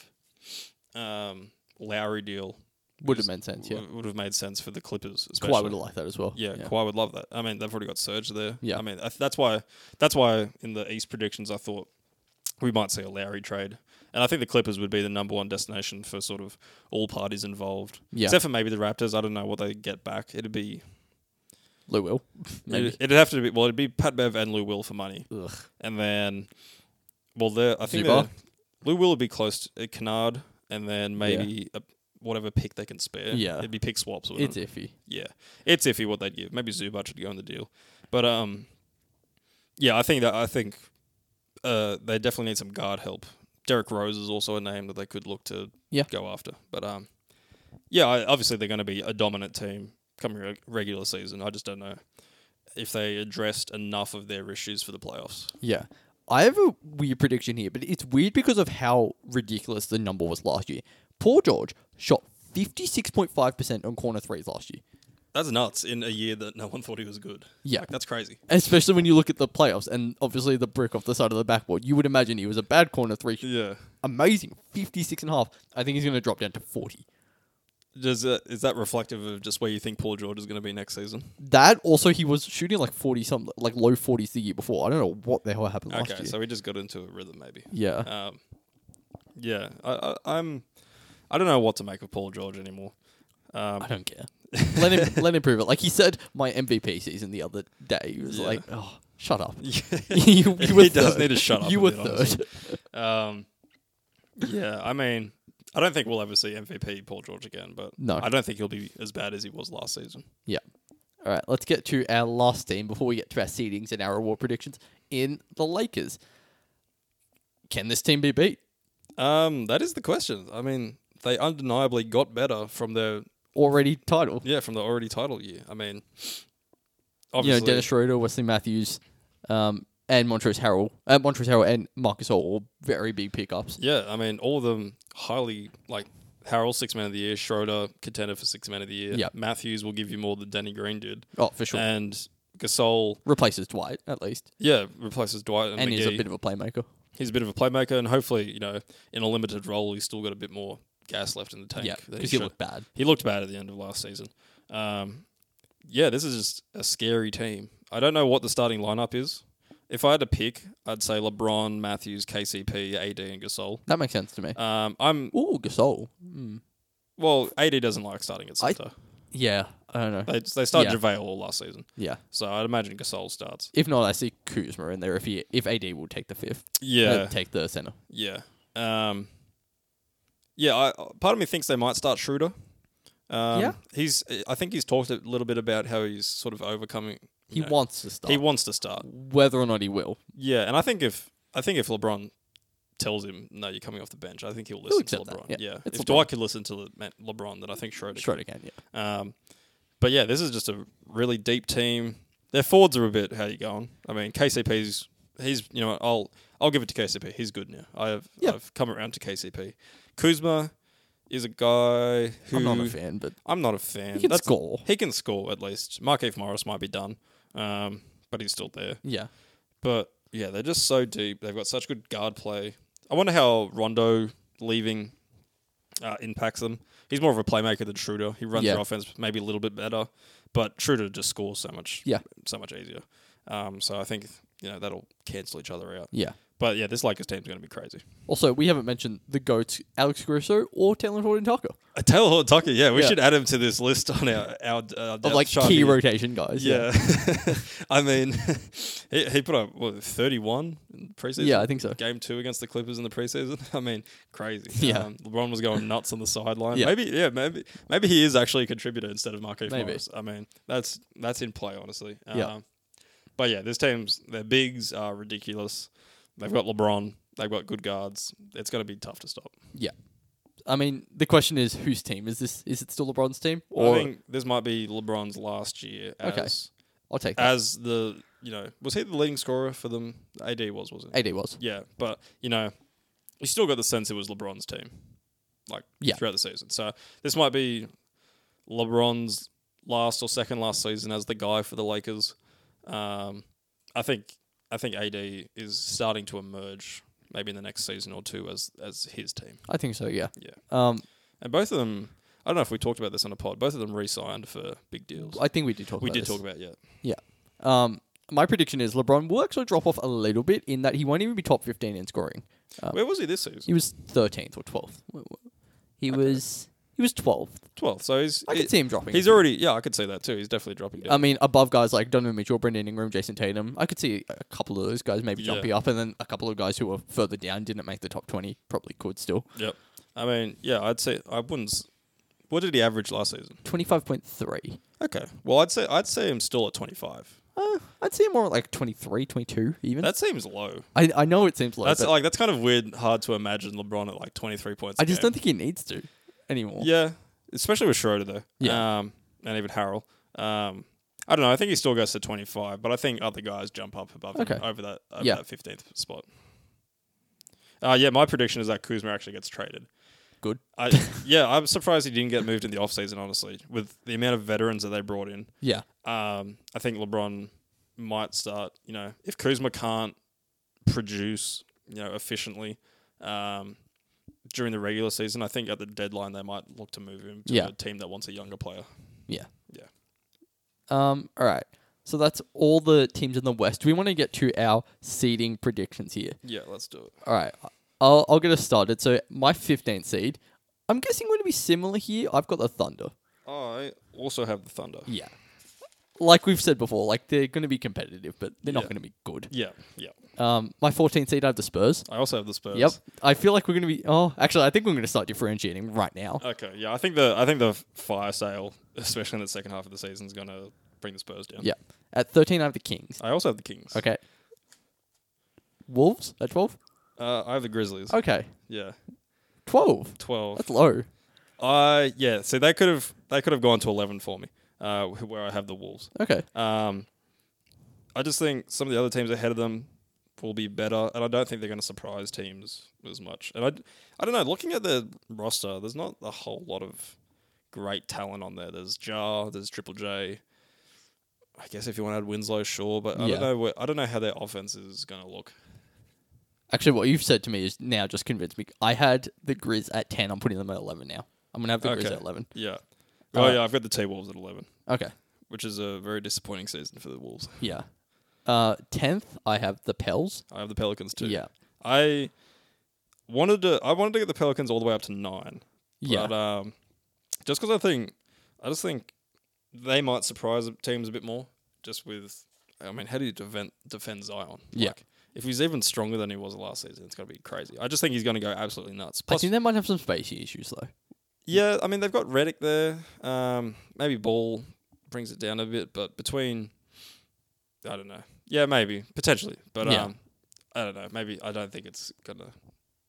S2: um, Lowry deal
S1: would have made sense. Yeah,
S2: w- would have made sense for the Clippers. Especially.
S1: Kawhi would have liked that as well.
S2: Yeah, Kawhi would love that. I mean, they've already got Serge there.
S1: Yeah.
S2: I mean, I th- that's why that's why in the East predictions I thought we might see a Lowry trade. And I think the Clippers would be the number one destination for sort of all parties involved.
S1: Yeah.
S2: Except for maybe the Raptors. I don't know what they get back. It'd be
S1: Lou will. Maybe.
S2: It'd, it'd have to be well, it'd be Pat Bev and Lou Will for money.
S1: Ugh.
S2: And then, well, there I think
S1: Zubac?
S2: they're- Lou Will would be close to Kennard, and then maybe a, whatever pick they can spare.
S1: Yeah.
S2: it'd be pick swaps. Wouldn't
S1: It's
S2: it?
S1: iffy.
S2: Yeah, it's iffy what they'd give. Maybe Zubac should go in the deal, but um, yeah, I think that I think uh, they definitely need some guard help. Derek Rose is also a name that they could look to
S1: Yeah.
S2: go after, but um, yeah, I, obviously they're going to be a dominant team coming re- regular season. I just don't know if they addressed enough of their issues for the playoffs.
S1: Yeah. I have a weird prediction here, but it's weird because of how ridiculous the number was last year. Paul George shot 56.5% on corner threes last year,
S2: That's nuts in a year that no one thought he was good.
S1: Yeah.
S2: Like, that's crazy.
S1: especially when you look at the playoffs and obviously the brick off the side of the backboard. You would imagine he was a bad corner three. shooter.
S2: Yeah.
S1: Amazing. 56 and a half. I think he's going to drop down to 40.
S2: Does that, is that reflective of just where you think Paul George is going to be next season?
S1: That also, he was shooting like 40 something, like low 40s the year before. I don't know what the hell happened last
S2: Okay,
S1: year.
S2: so we just got into a rhythm, maybe.
S1: yeah.
S2: Um, yeah, I, I, I'm. I don't know what to make of Paul George anymore. Um,
S1: I don't care. let him let him prove it. Like he said, my MVP season the other day. He was
S2: Yeah.
S1: like, "Oh, Shut up.
S2: Yeah.
S1: you, you were
S2: he does
S1: third.
S2: need to shut up.
S1: You
S2: a
S1: were
S2: bit,
S1: third.
S2: honestly. Um, yeah, I mean, I don't think we'll ever see MVP Paul George again, but
S1: No.
S2: I don't think he'll be as bad as he was last season.
S1: Yeah. All right, let's get to our last team before we get to our seedings and our award predictions in the Lakers. Can this team be beat?
S2: Um, that is the question. I mean, they undeniably got better from their
S1: Already title.
S2: yeah from the already title year. I mean,
S1: you know,
S2: obviously,
S1: Dennis Schroeder, Wesley Matthews, um, and Montrezl Harrell, uh, Montrezl Harrell and Marcus All, all very big pickups.
S2: yeah. I mean, all of them highly like Harold six man of the year, Schroeder contender for six man of the year.
S1: Yeah.
S2: Matthews will give you more than Danny Green did,
S1: Oh, for sure.
S2: and Gasol
S1: Replaces Dwight at least,
S2: yeah replaces Dwight and,
S1: and
S2: McGee.
S1: he's a bit of a playmaker.
S2: he's a bit of a playmaker, and hopefully, you know, in a limited role, he's still got a bit more gas left in the tank.
S1: Yeah,
S2: that
S1: because he
S2: showed.
S1: looked bad.
S2: he looked bad at the end of last season. Um, yeah, this is just a scary team. I don't know what the starting lineup is. If I had to pick, I'd say LeBron, Matthews, KCP, AD, and Gasol.
S1: That makes sense to me.
S2: Um, I'm
S1: Ooh, Gasol. Mm.
S2: well. AD doesn't like starting at
S1: I-
S2: center.
S1: Yeah, I don't know.
S2: They they started
S1: Yeah.
S2: JaVale all last season,
S1: Yeah,
S2: so I'd imagine Gasol starts.
S1: if not, I see Kuzma in there. If he, if AD will take the fifth,
S2: Yeah,
S1: Uh, take the center.
S2: Yeah. Um, yeah. I, part of me thinks they might start Schroeder. Um,
S1: Yeah.
S2: He's. I think he's talked a little bit about how he's sort of overcoming.
S1: He
S2: you know,
S1: wants to start,
S2: He wants to start.
S1: whether or not he will.
S2: Yeah, and I think if I think if LeBron tells him no, you're coming off the bench, I think he'll listen to
S1: accept that,
S2: LeBron.
S1: yeah.
S2: Yeah.
S1: It's
S2: If
S1: LeBron.
S2: Dwight could listen to Le- Ma- LeBron, then I think Schroeder.
S1: Schroeder can, yeah.
S2: Could. Um, but yeah, this is just a really deep team. Their forwards are a bit how you going. I mean, KCP's he's you know I'll I'll give it to KCP. He's good now. I've
S1: Yeah.
S2: I've come around to KCP. Kuzma is a guy who
S1: I'm not a fan, but
S2: I'm not a fan.
S1: he can
S2: That's-
S1: score.
S2: He can score at least. Markeith Morris might be done, um, but he's still there.
S1: Yeah,
S2: But yeah, they're just so deep. They've got such good guard play. I wonder how Rondo leaving uh, impacts them. He's more of a playmaker than Schroeder. He runs
S1: Yeah.
S2: the offense maybe a little bit better, but Schroeder just scores so much,
S1: Yeah.
S2: so much easier. Um, so I think you know that'll cancel each other out.
S1: yeah.
S2: But yeah, this Lakers team's going to be crazy.
S1: Also, we haven't mentioned the goats, Alex Caruso or Taylor Horton Tucker,
S2: Uh, Taylor Horton Tucker, yeah, we
S1: Yeah.
S2: should add him to this list on our our uh,
S1: of like key rotation guys.
S2: Yeah, I mean, he, he put up what thirty one in preseason.
S1: Yeah, I think so.
S2: Game two against the Clippers in the preseason. I mean, crazy.
S1: Yeah.
S2: um, LeBron was going nuts on the sideline.
S1: Yeah.
S2: Maybe, yeah, maybe, maybe he is actually a contributor instead of Marquise
S1: Maybe.
S2: Morris. I mean, that's that's in play, honestly. Um,
S1: Yeah.
S2: but yeah, this team's their bigs are ridiculous. They've got LeBron. They've got good guards. It's going to be tough to stop.
S1: Yeah. I mean, the question is whose team is this? Is it still LeBron's team?
S2: I
S1: Or
S2: think this might be LeBron's last year as
S1: Okay. I'll take that.
S2: as the you know was he the leading scorer for them? AD was, wasn't he?
S1: AD was.
S2: Yeah, but you know, we still got the sense it was LeBron's team, like
S1: Yeah.
S2: throughout the season. So this might be LeBron's last or second last season as the guy for the Lakers. Um, I think I think AD is starting to emerge maybe in the next season or two as as his team.
S1: I think so. Yeah.
S2: Yeah.
S1: Um,
S2: And both of them, I don't know if we talked about this on a pod. Both of them re-signed for big deals.
S1: I think we did talk.
S2: we
S1: about
S2: did
S1: this.
S2: talk about it, yeah.
S1: Um, my prediction is LeBron will actually drop off a little bit in that he won't even be top fifteen in scoring. Um,
S2: Where was he this season?
S1: he was thirteenth or twelfth. He was he was twelfth.
S2: Twelfth. So he's
S1: I could see him dropping.
S2: he's already yeah. I could see that too. He's definitely dropping down.
S1: I mean, above guys like Donovan Mitchell, Brendan Ingram, Jason Tatum, I could see a couple of those guys maybe
S2: Yeah.
S1: jumping up, and then a couple of guys who were further down didn't make the top twenty probably could still.
S2: Yep. I mean, yeah, I'd say I wouldn't. s- What did he average last season?
S1: Twenty five point three.
S2: Okay. Well, I'd say I'd say him still at 25.
S1: Uh, I'd say more like 23, 22 even.
S2: That seems low.
S1: I, I know it seems low,
S2: That's
S1: but
S2: like that's kind of weird, hard to imagine LeBron at like 23 points.
S1: I
S2: a
S1: just
S2: game.
S1: don't think he needs to anymore.
S2: Yeah, especially with Schroeder though.
S1: Yeah.
S2: Um, and even Harrell. Um, I don't know. I think he still goes to 25, but I think other guys jump up above
S1: Okay.
S2: him over that over
S1: Yeah.
S2: that 15th spot. Uh, yeah, my prediction is that Kuzma actually gets traded.
S1: Good.
S2: I, yeah, I'm surprised he didn't get moved in the offseason, honestly, with the amount of veterans that they brought in.
S1: Yeah.
S2: Um, I think LeBron might start, you know, if Kuzma can't produce, you know, efficiently um, during the regular season, I think at the deadline they might look to move him to
S1: Yeah.
S2: a team that wants a younger player.
S1: Yeah.
S2: Yeah.
S1: Um, all right. So that's all the teams in the West. Do we want to get to our seeding predictions here?
S2: Yeah, let's do it.
S1: All right. I'll, I'll get us started. So my 15th seed, I'm guessing going to be similar here. I've got the Thunder.
S2: I also have the Thunder.
S1: Yeah. like we've said before, like they're going to be competitive, but they're not
S2: Yeah.
S1: going to be good.
S2: Yeah, yeah.
S1: Um, my 14th seed, I have the Spurs.
S2: I also have the Spurs.
S1: Yep. I feel like we're going to be. Oh, actually, I think we're going to start differentiating right now.
S2: Okay. Yeah, I think the I think the fire sale, especially in the second half of the season, is going to bring the Spurs down.
S1: yeah. At 13, I have the Kings.
S2: I also have the Kings.
S1: Okay. Wolves at 12?
S2: Uh, I have the Grizzlies.
S1: Okay.
S2: Yeah.
S1: 12.
S2: Twelve.
S1: That's low.
S2: Uh yeah. So they could have they could have gone to eleven for me, uh, wh- where I have the Wolves.
S1: Okay.
S2: Um, I just think some of the other teams ahead of them will be better, and I don't think they're going to surprise teams as much. And I, I don't know. Looking at the roster, there's not a whole lot of great talent on there. There's Jar, there's Triple J. I guess if you want to add Winslow, sure, but I
S1: Yeah.
S2: don't know. Where, I don't know how their offense is going to look.
S1: Actually, what you've said to me is now just convinced me. I had the Grizz at 10. I'm putting them at 11 now. I'm going to have the Grizz
S2: Okay.
S1: at 11.
S2: Yeah. Oh
S1: Uh,
S2: yeah, I've got the T Wolves at eleven,
S1: Okay.
S2: which is a very disappointing season for the Wolves.
S1: Yeah. Uh, 10th, I have the Pels.
S2: I have the Pelicans too.
S1: Yeah.
S2: I wanted to I wanted to get the Pelicans all the way up to nine.
S1: Yeah.
S2: But um, just because I think I just think they might surprise teams a bit more. Just with, I mean, how do you defend defend Zion?
S1: Yeah.
S2: Like, if he's even stronger than he was last season, it's gonna be crazy. I just think he's gonna go absolutely nuts.
S1: I
S2: Plus,
S1: think they might have some spacey issues, though.
S2: yeah, I mean they've got Reddick there. Um, maybe Ball brings it down a bit, but between, I don't know. Yeah, maybe potentially, but
S1: Yeah.
S2: um, I don't know. Maybe I don't think it's gonna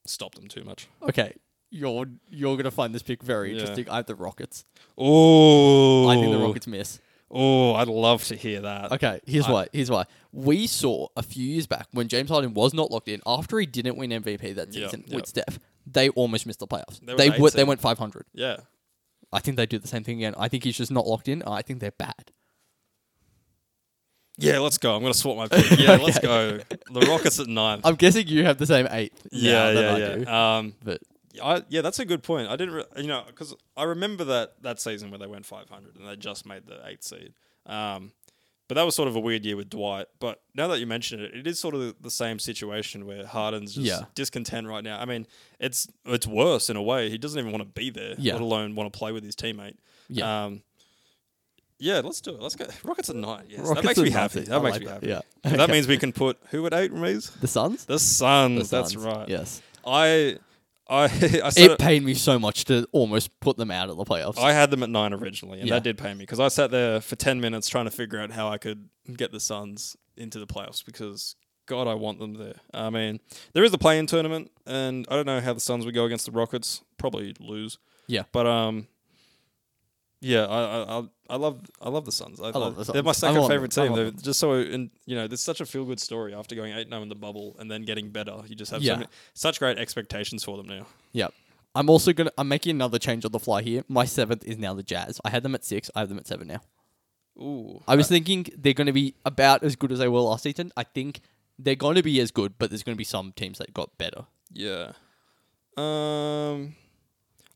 S2: stop them too much.
S1: Okay. You're you're gonna find this pick very
S2: Yeah.
S1: interesting. I have the Rockets.
S2: Oh,
S1: I think the Rockets miss.
S2: Oh, I'd love to hear that.
S1: Okay, here's
S2: I-
S1: why. Here's why. We saw a few years back when James Harden was not locked in after he didn't win MVP that
S2: Yeah,
S1: season
S2: yeah.
S1: with Steph. They almost missed the playoffs.
S2: They
S1: They
S2: were
S1: they,
S2: an
S1: were,
S2: eight
S1: they
S2: seed.
S1: went 500.
S2: Yeah.
S1: I think they do the same thing again. I think he's just not locked in. I think they're bad.
S2: Yeah, let's go. I'm going to swap my pick. Yeah, let's go. The Rockets at nine.
S1: I'm guessing you have the same eight.
S2: yeah,
S1: now
S2: yeah,
S1: that I
S2: yeah.
S1: do.
S2: Um,
S1: But
S2: I, yeah, that's a good point. I didn't, re- you know, because I remember that that season where they went 500 and they just made the eighth seed. Um, but that was sort of a weird year with Dwight. But now that you mention it, it is sort of the same situation where Harden's just
S1: Yeah.
S2: discontent right now. I mean, it's it's worse in a way. He doesn't even want to be there,
S1: Yeah.
S2: let alone want to play with his teammate.
S1: Yeah.
S2: Um, yeah, let's do it. Let's go. Rockets at nine. Yes, that
S1: Rockets
S2: makes me
S1: are
S2: happy.
S1: nothing.
S2: That
S1: I
S2: makes
S1: like
S2: me
S1: that.
S2: happy.
S1: Yeah.
S2: But That means we can put who at eight, Ramiz?
S1: The Suns.
S2: The Suns.
S1: The
S2: that's
S1: Suns.
S2: right.
S1: Yes.
S2: I I I said
S1: It paid me so much to almost put them out at the playoffs.
S2: I had them at nine originally, and
S1: Yeah.
S2: that did pay me because I sat there for ten minutes trying to figure out how I could get the Suns into the playoffs because God, I want them there. I mean, there is a play-in tournament, and I don't know how the Suns would go against the Rockets. Probably lose.
S1: Yeah.
S2: but um, yeah, I I, I- I love I love the Suns. I,
S1: love the
S2: They're my
S1: Suns. I'm
S2: second
S1: on them.
S2: favorite
S1: I'm
S2: team.
S1: on
S2: They're
S1: them.
S2: just so and you know, there's such a feel-good story after going eight 0 in the bubble and then getting better. You just have so
S1: Yeah.
S2: many, such great expectations for them now.
S1: Yep. I'm also gonna. I'm making another change on the fly here. My seventh is now the Jazz. I had them at six. I have them at seven now.
S2: Ooh,
S1: I was thinking they're going to be about as good as they were last season. I think they're going to be as good, but there's going to be some teams that got better.
S2: Yeah. Um,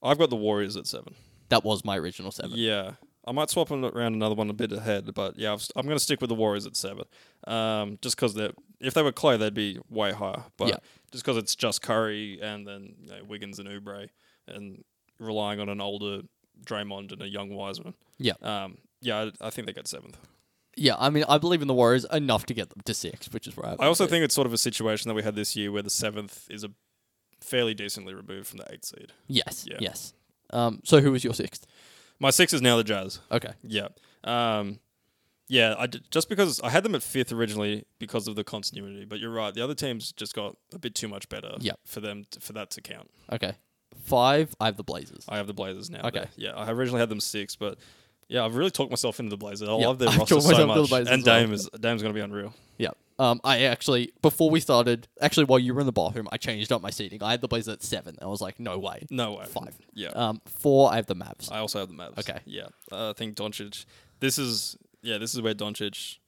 S2: I've got the Warriors at seven.
S1: That was my original seven.
S2: Yeah, I might swap them around another one a bit ahead, but yeah, I've, I'm going to stick with the Warriors at seven. Um, just because they if they were Clay, they'd be way higher. But
S1: Yeah.
S2: just because it's just Curry and then you know, Wiggins and Oubre and relying on an older Draymond and a young Wiseman.
S1: Yeah.
S2: Um, yeah, I, I think they got seventh.
S1: Yeah, I mean, I believe in the Warriors enough to get them to six, which is where I. have
S2: I
S1: them
S2: also
S1: at.
S2: think it's sort of a situation that we had this year where the seventh is a fairly decently removed from the eighth seed.
S1: yes,
S2: Yeah.
S1: yes. Um. So who was your sixth?
S2: My six is now the Jazz.
S1: Okay.
S2: Yeah. Um, yeah, I d- just because I had them at fifth originally because of the continuity, but you're right. The other teams just got a bit too much better
S1: Yeah.
S2: for them t- for that to count.
S1: Okay. Five. I have the Blazers.
S2: I have the Blazers now.
S1: Okay.
S2: though. Yeah, I originally had them six, but yeah, I've really talked myself into the Blazers. I
S1: Yeah,
S2: love their
S1: I've
S2: roster
S1: talked
S2: so
S1: myself into the
S2: much.
S1: Blazers
S2: and
S1: as well.
S2: Dame is Dame's going to be unreal.
S1: Yeah. Um. I actually before we started, actually while you were in the bathroom, I changed up my seating. I had the Blazers at seven. I was like, no way.
S2: No way.
S1: Five.
S2: Yeah.
S1: Um. Four. I have the Mavs.
S2: I also have the Mavs.
S1: Okay.
S2: Yeah. Uh, I think Doncic. This is yeah. This is where Doncic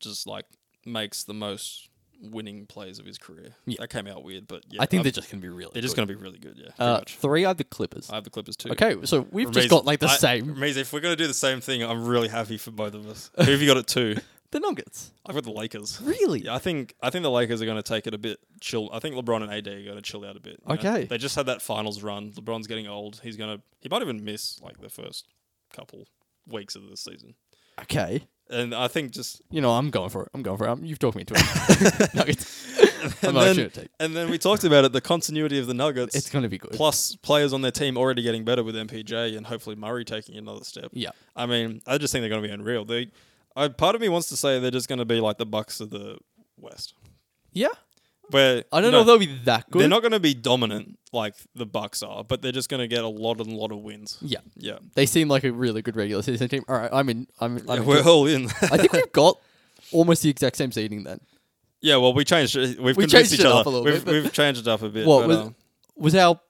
S2: just like makes the most winning plays of his career.
S1: Yeah.
S2: That came out weird, but yeah,
S1: I think
S2: I've-
S1: they're just going to be really.
S2: they're just
S1: good.
S2: going to be really good. Yeah. Pretty
S1: Uh,
S2: much.
S1: three. I have the Clippers.
S2: I have the Clippers too.
S1: Okay, so we've just
S2: Ramiz-
S1: got like the
S2: I-
S1: same.
S2: Ramiz, if we're gonna do the same thing, I'm really happy for both of us. Who have you got at two?
S1: The Nuggets.
S2: I've got the Lakers.
S1: Really?
S2: Yeah, I think I think the Lakers are gonna take it a bit chill. I think LeBron and AD are gonna chill out a bit. you know?
S1: Okay.
S2: They just had that finals run. LeBron's getting old. He's gonna he might even miss like the first couple weeks of the season.
S1: Okay.
S2: and I think just
S1: You know, I'm going for it. I'm going for it. I'm, you've talked me into it. Nuggets. I'm
S2: and
S1: not
S2: then,
S1: sure. Take.
S2: and then we talked about it. The continuity of the Nuggets,
S1: It's gonna be good.
S2: plus players on their team already getting better with MPJ and hopefully Murray taking another step.
S1: yeah.
S2: I mean, I just think they're going to be unreal. They, I, part of me wants to say they're just going to be like the Bucks of the West,
S1: Yeah.
S2: where
S1: I don't
S2: no,
S1: know if they'll be that good.
S2: They're not going to be dominant like the Bucks are, but they're just going to get a lot and lot of wins.
S1: yeah.
S2: Yeah,
S1: They seem like a really good regular season team. All right, I'm in. I'm. I'm
S2: we're
S1: into it.
S2: all in.
S1: I think we've got almost the exact same seeding then.
S2: yeah, well, we changed. We've convinced
S1: changed
S2: each
S1: it
S2: other.
S1: up a little
S2: we've,
S1: bit, but-
S2: we've changed it up a bit.
S1: What
S2: but,
S1: was-
S2: um,
S1: Was our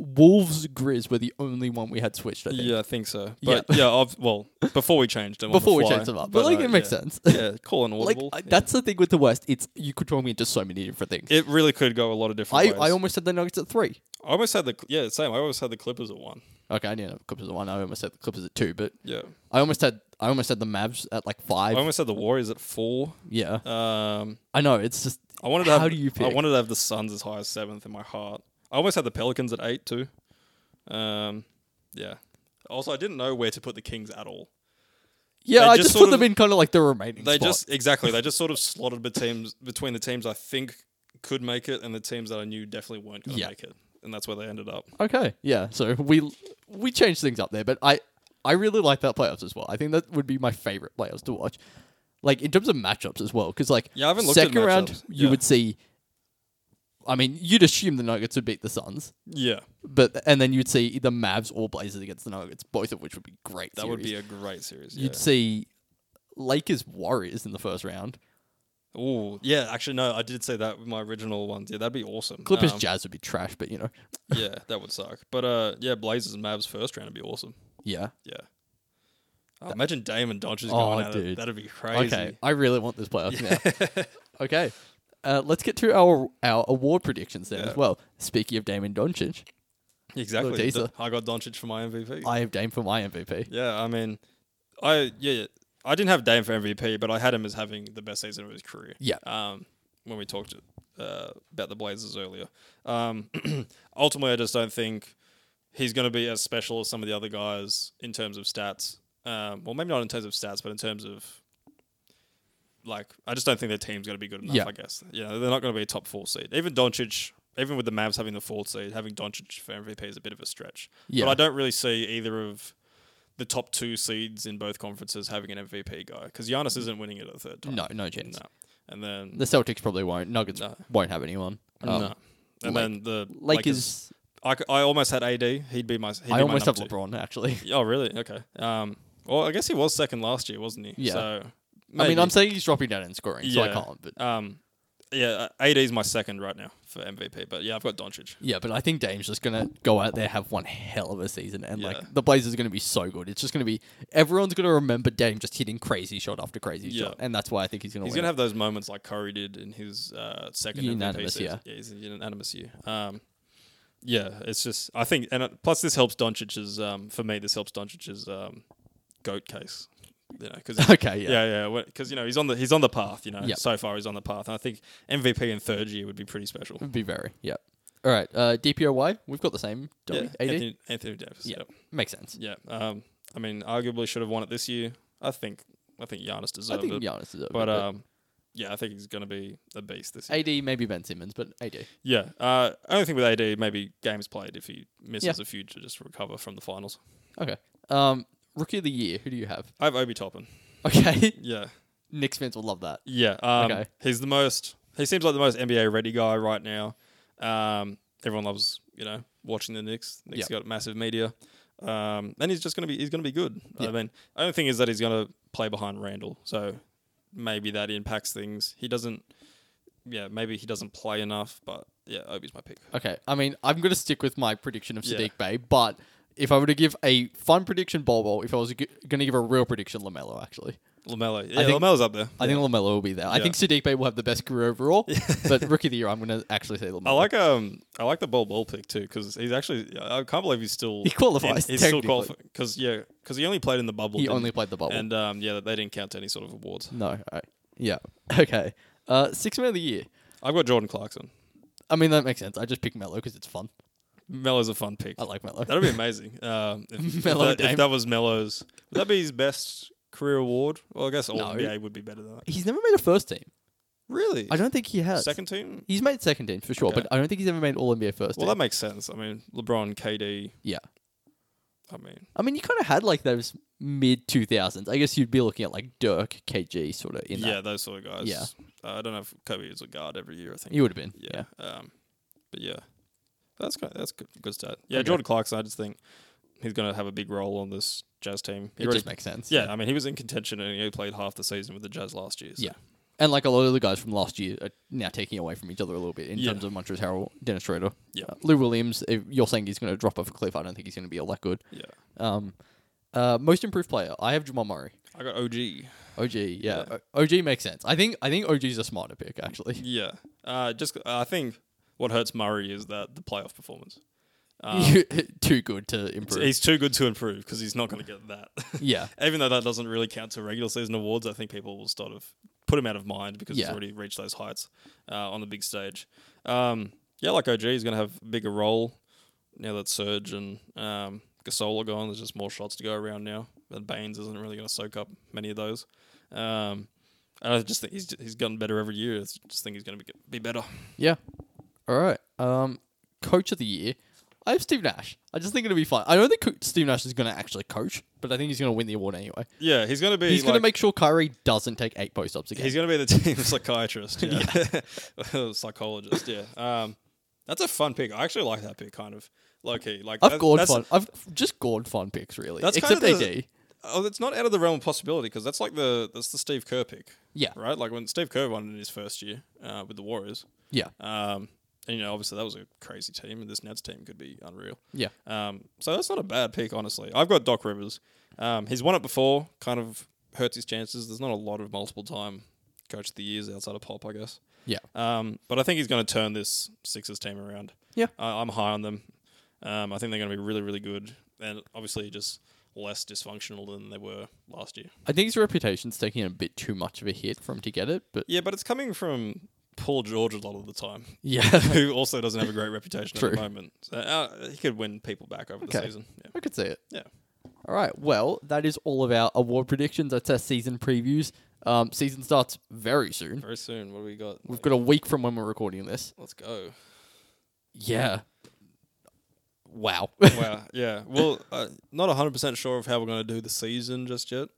S1: Wolves Grizz were the only one we had switched. I think.
S2: Yeah, I think so.
S1: Yeah.
S2: But yeah, I've, well, before we changed them. on the
S1: Before we
S2: fly.
S1: changed them up, but like
S2: uh,
S1: it makes
S2: yeah.
S1: sense.
S2: Yeah, call an
S1: like
S2: audible.
S1: I-
S2: yeah.
S1: that's the thing with the West. It's you could talk me into so many different things.
S2: it. Really could go a lot of different
S1: I,
S2: ways.
S1: I almost said the Nuggets at three.
S2: I almost had the yeah same. I almost had the Clippers at one.
S1: Okay, I didn't have Clippers at one. I almost had the Clippers at two, but
S2: Yeah,
S1: I almost had I almost had the Mavs at like
S2: I
S1: five.
S2: almost had the Warriors at four.
S1: yeah,
S2: Um,
S1: I know. It's just
S2: I wanted to have,
S1: How do you
S2: I
S1: pick?
S2: wanted to have the Suns as high as seventh in my heart. I almost had the Pelicans at eight too. Um, yeah. Also, I didn't know where to put the Kings at all.
S1: yeah.
S2: They
S1: I
S2: just
S1: just
S2: sort
S1: put
S2: of-
S1: them in kind of like the remaining.
S2: They
S1: spot.
S2: just exactly. They just sort of slotted the teams between the teams I think could make it and the teams that I knew definitely weren't going to
S1: Yeah.
S2: make it, and that's where they ended up.
S1: Okay. Yeah. So we we changed things up there, but I I really like that playoffs as well. I think that would be my favorite playoffs to watch. Like in terms of matchups as well, because like
S2: Yeah, I haven't looked at
S1: second round
S2: matchups.
S1: you
S2: Yeah.
S1: would see. I mean, you'd assume the Nuggets would beat the Suns,
S2: Yeah,
S1: but and then you'd see the Mavs or Blazers against the Nuggets, both of which would be great.
S2: that would be a great series.
S1: you'd see Lakers Warriors in the first round.
S2: yeah. Ooh, yeah. Actually, no, I did say that with my original ones. Yeah, that'd be awesome.
S1: Clippers
S2: Um,
S1: Jazz would be trash, but you know,
S2: yeah, that would suck. But uh, yeah, Blazers and Mavs first round would be awesome.
S1: yeah.
S2: Yeah. Oh, imagine Damon Dodgers
S1: Uh, Oh,
S2: going at it.
S1: dude.
S2: That'd be crazy.
S1: Okay, I really want this playoffs now. okay, uh, let's get to our our award predictions then
S2: Yeah.
S1: as well. Speaking of Damon Doncic,
S2: Exactly.
S1: Little teaser.
S2: Th- I got Doncic for my MVP.
S1: I have Dame for my MVP.
S2: yeah, I mean, I yeah, yeah, I didn't have Dame for MVP, but I had him as having the best season of his career.
S1: Yeah.
S2: Um, when we talked uh, about the Blazers earlier, um, ultimately, I just don't think he's going to be as special as some of the other guys in terms of stats. Um, well, maybe not in terms of stats, but in terms of like, I just don't think their team's going to be good enough.
S1: Yeah.
S2: I guess yeah, they're not going to be a top four seed. Even Doncic, even with the Mavs having the fourth seed, having Doncic for MVP is a bit of a stretch.
S1: Yeah.
S2: But I don't really see either of the top two seeds in both conferences having an MVP guy because Giannis isn't winning it a third time.
S1: No, no chance.
S2: No. And then
S1: The Celtics probably won't. Nuggets
S2: No.
S1: won't have anyone. Um,
S2: no.
S1: Lake-
S2: And then the
S1: Lakers.
S2: I, c- I almost had AD. He'd be my. He'd be
S1: I
S2: my
S1: almost have
S2: number two.
S1: LeBron actually.
S2: Oh really? Okay. Um. Well, I guess he was second last year, wasn't he?
S1: Yeah.
S2: So,
S1: I mean,
S2: maybe.
S1: I'm saying he's dropping down in scoring, so I
S2: Yeah.
S1: can't. But
S2: Um. Yeah, AD is my second right now for MVP. But yeah, I've got Doncic.
S1: yeah, but I think Dame's just gonna go out there have one hell of a season, and
S2: Yeah.
S1: like the Blazers are gonna be so good. It's just gonna be everyone's gonna remember Dame just hitting crazy shot after crazy
S2: Yeah.
S1: shot, and that's why I think he's gonna
S2: He's
S1: win.
S2: gonna have those moments like Curry did in his uh, second
S1: Unanimous,
S2: MVP
S1: yeah.
S2: season. Yeah, he's a unanimous year. Um, yeah, it's just I think, and it, plus this helps Doncic's. Um, for me, this helps Doncic's um, goat case. You know, because
S1: it. okay, yeah.
S2: yeah, yeah, because you know he's on the he's on the path. You know,
S1: Yep.
S2: so far he's on the path, and I think MVP in third year would be pretty special.
S1: Would be very. Yeah. All right. Uh, DPOY. We've got the same. Don't
S2: Yeah,
S1: we? AD?
S2: Anthony, Anthony Davis.
S1: Yeah.
S2: Yeah,
S1: Makes sense.
S2: yeah. Um, I mean, arguably should have won it this year. I think I think Giannis
S1: I
S2: deserved
S1: think
S2: it,
S1: Giannis is over.
S2: but um, yeah, I think he's gonna be a beast this year.
S1: AD maybe Ben Simmons, but AD.
S2: Yeah. Uh, only thing with AD, maybe games played if he misses
S1: Yeah.
S2: a few to just recover from the finals.
S1: Okay. Um, rookie of the year. Who do you have?
S2: I have Obi Toppin.
S1: Okay.
S2: Yeah.
S1: Knicks fans will love that.
S2: Yeah. Um,
S1: Okay.
S2: He's the most, he seems like the most NBA ready guy right now. Um, everyone loves, you know, watching the Knicks. Knicks got massive media. Um, and he's just going to be, he's going to be good.
S1: Yeah.
S2: I mean, the only thing is that he's going to play behind Randall. So maybe that impacts things. He doesn't, yeah, maybe he doesn't play enough, but yeah, Obi's my pick.
S1: Okay. I mean, I'm gonna stick with my prediction of
S2: Yeah.
S1: Sadiq Bay, but if I were to give a fun prediction, Bol Bol. If I was g- gonna give a real prediction, Lamelo actually.
S2: LaMelo. Yeah,
S1: think-
S2: LaMelo's up there.
S1: I think Lamelo will be there. I
S2: Yeah.
S1: think Sadiq Bay will have the best career overall, but rookie of the year, I'm gonna actually say Lamelo.
S2: I like um I like the Bol Bol pick too because he's actually I can't believe he's still
S1: He qualifies,
S2: he's still
S1: technically.
S2: qualified because yeah because he only played in the bubble.
S1: He
S2: didn't
S1: only played the bubble.
S2: and um yeah they didn't count any sort of awards.
S1: no. I, yeah. Okay. Uh, six man of the year.
S2: I've got Jordan Clarkson.
S1: I mean, that makes sense. I just pick Mello because it's fun.
S2: Melo's a fun pick.
S1: I like Mello.
S2: That'd be amazing. Um, if, if
S1: Melo
S2: that,
S1: Dame.
S2: if that was Melo's, would that be his best career award? Well, I guess All
S1: No.
S2: NBA would be better than that.
S1: He's never made a first team.
S2: Really?
S1: I don't think he has.
S2: Second team?
S1: He's made second team for sure,
S2: Okay.
S1: but I don't think he's ever made All NBA first
S2: Well,
S1: team.
S2: that makes sense. I mean, LeBron, KD.
S1: Yeah.
S2: I mean,
S1: I mean, you kind of had like those mid 2000s. I guess you'd be looking at like Dirk, KG, sort of in
S2: yeah,
S1: that.
S2: those sort of guys.
S1: Yeah.
S2: Uh, I don't know if Kobe is a guard every year. I think.
S1: You would have been.
S2: yeah.
S1: Yeah.
S2: Um, but yeah, that's kind that's good, good stat. Yeah,
S1: Okay.
S2: Jordan Clarkson. I just think he's going to have a big role on this Jazz team. He
S1: It
S2: already-
S1: just makes sense.
S2: yeah, I mean, he was in contention and he played half the season with the Jazz last year. So.
S1: Yeah. And like a lot of the guys from last year are now taking away from each other a little bit in
S2: Yeah.
S1: terms of Montrezl Harrell, Dennis Schroeder.
S2: Yeah.
S1: Uh, Lou Williams, if you're saying he's going to drop off a cliff. I don't think he's going to be all that good.
S2: yeah.
S1: Um, uh, most improved player, I have Jamal Murray.
S2: I got OG.
S1: OG, yeah.
S2: Yeah.
S1: O- OG makes sense. I think I think OG's a smarter pick actually.
S2: Yeah. Uh, just I think what hurts Murray is that the playoff performance.
S1: Too good to improve.
S2: He's too good to improve because he's not going to get that.
S1: yeah.
S2: Even though that doesn't really count to regular season awards, I think people will sort of put him out of mind because he's
S1: Yeah.
S2: already reached those heights uh, on the big stage. Um, yeah, like OG is going to have a bigger role now that Surge and um, Gasol are gone. There's just more shots to go around now, and Baines isn't really going to soak up many of those. Um, and I just think he's he's gotten better every year. I just think he's going to be, be better.
S1: Yeah. All right. Um, coach of the year. I have Steve Nash. I just think it'll be fun. I don't think co- Steve Nash is going to actually coach, but I think he's going to win the award anyway.
S2: Yeah, he's going to be.
S1: He's going to
S2: like-
S1: make sure Kyrie doesn't take eight post ups again.
S2: He's going to be the team psychiatrist, yeah, psychologist, yeah. Um, that's a fun pick. I actually like that pick, kind of low key. Like
S1: I've
S2: that-
S1: gored
S2: that's,
S1: fun. I've just gored fun picks really.
S2: That's kind
S1: Except
S2: of the-
S1: AD.
S2: Oh, that's not out of the realm of possibility because that's like the that's the Steve Kerr pick,
S1: Yeah.
S2: right? Like when Steve Kerr won in his first year uh, with the Warriors.
S1: Yeah.
S2: Um, and you know, obviously that was a crazy team, and this Nets team could be unreal.
S1: Yeah.
S2: Um, so that's not a bad pick, honestly. I've got Doc Rivers. Um, he's won it before, kind of hurts his chances. There's not a lot of multiple time coach of the years outside of Pop, I guess.
S1: Yeah.
S2: Um, but I think he's going to turn this Sixers team around.
S1: Yeah.
S2: I, I'm high on them. Um, I think they're going to be really, really good, and obviously just less dysfunctional than they were last year.
S1: I think his reputation's taking a bit too much of a hit for him to get it, but
S2: Yeah, but it's coming from Paul George a lot of the time,
S1: yeah,
S2: who also doesn't have a great reputation at
S1: True.
S2: the moment. So, uh, he could win people back over the
S1: Okay.
S2: season. Yeah.
S1: I could see it.
S2: Yeah.
S1: All right. Well, that is all of our award predictions. That's our season previews. Um, season starts very soon.
S2: Very soon. What do we got?
S1: We've got a week from when we're recording this.
S2: Let's go.
S1: Yeah. Wow.
S2: wow. Yeah. Well, uh, not 100% sure of how we're going to do the season just yet,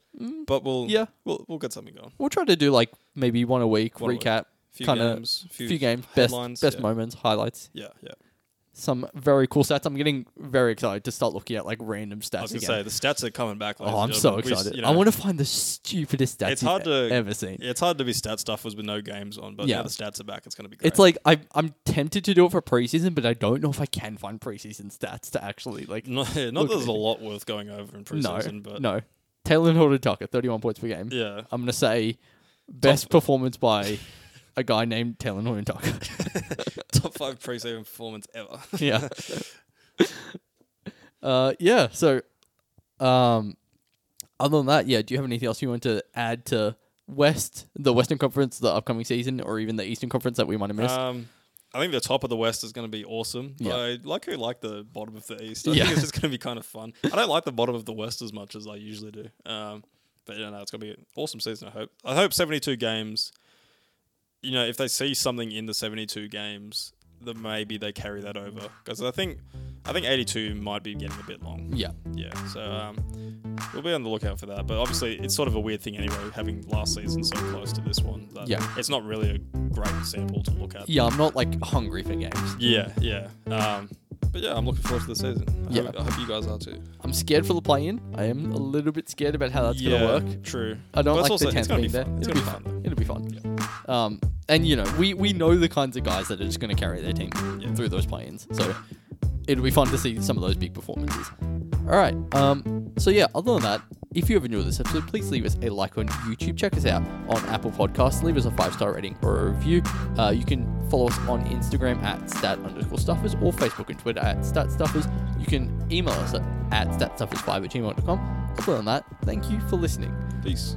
S2: but we'll
S1: Mm. yeah.
S2: we'll, we'll get something going.
S1: we'll try to do like maybe one a week
S2: One a week.
S1: recap,
S2: Few
S1: Kinda-
S2: games.
S1: few, games, best
S2: headlines,
S1: best
S2: yeah.
S1: moments, highlights.
S2: Yeah, yeah.
S1: Some very cool stats. I'm getting very excited to start looking at like random
S2: I
S1: stats
S2: was going
S1: again.
S2: to say, the stats are coming back. ladies
S1: oh,
S2: and
S1: I'm so
S2: gentlemen. We s-
S1: excited.
S2: you
S1: I
S2: know,
S1: want to find the stupidest stats
S2: It's hard
S1: you've e-
S2: to-
S1: ever seen.
S2: yeah, it's hard to be stat stuff has been no games on, but
S1: Yeah.
S2: now the stats are back. It's going to be great.
S1: It's like I, I'm tempted to do it for preseason, but I don't know if I can find preseason stats to actually like.
S2: not, not that
S1: look-
S2: there's a lot worth going over in preseason,
S1: no,
S2: but
S1: no. Taylor Horton Tucker, 31 points per game.
S2: yeah,
S1: I'm gonna say best performance by a guy named Taylor Horton Tucker.
S2: top five preseason performance ever.
S1: yeah. Uh, yeah. So, um, other than that, yeah. Do you have anything else you want to add to West, the Western Conference, the upcoming season, or even the Eastern Conference that we might have missed?
S2: Um, I think the top of the West is going to be awesome.
S1: Yeah.
S2: I like who like the bottom of the East. I
S1: Yeah.
S2: think it's just going to be kind of fun. I don't like the bottom of the West as much as I usually do. Um, but you know, it's going to be an awesome season. I hope. I hope seventy-two games. You know, if they see something in the seventy-two games, then maybe they carry that over because I think, I think eighty-two might be getting a bit long.
S1: yeah.
S2: Yeah. So um, we'll be on the lookout for that. But obviously, it's sort of a weird thing anyway, having last season so close to this one. That
S1: Yeah.
S2: It's not really a great sample to look at.
S1: Yeah. I'm not like hungry for games.
S2: Yeah, yeah. Um, but yeah, I'm looking forward to the season. I,
S1: Yeah.
S2: hope, I hope you guys are too.
S1: I'm scared for the play-in. I am a little bit scared about how that's
S2: yeah,
S1: gonna work.
S2: True.
S1: I don't
S2: But it's
S1: like the
S2: also- it's
S1: tenth
S2: gonna be
S1: being there.
S2: fun. It's
S1: It'll be
S2: gonna be
S1: fun. It'll be fun. Um, and you know, we we know the kinds of guys that are just going to carry their team
S2: Yeah.
S1: through those play-ins. So it'll be fun to see some of those big performances. All right. Um, so yeah, other than that, if you ever enjoyed this episode, please leave us a like on YouTube. Check us out on Apple Podcasts. Leave us a five-star rating or a review. Uh, you can follow us on Instagram at stat underscore stuffers or Facebook and Twitter at stat stuffers. You can email us at, at statstuffers5 at gmail.com. Other than that, thank you for listening.
S2: Peace.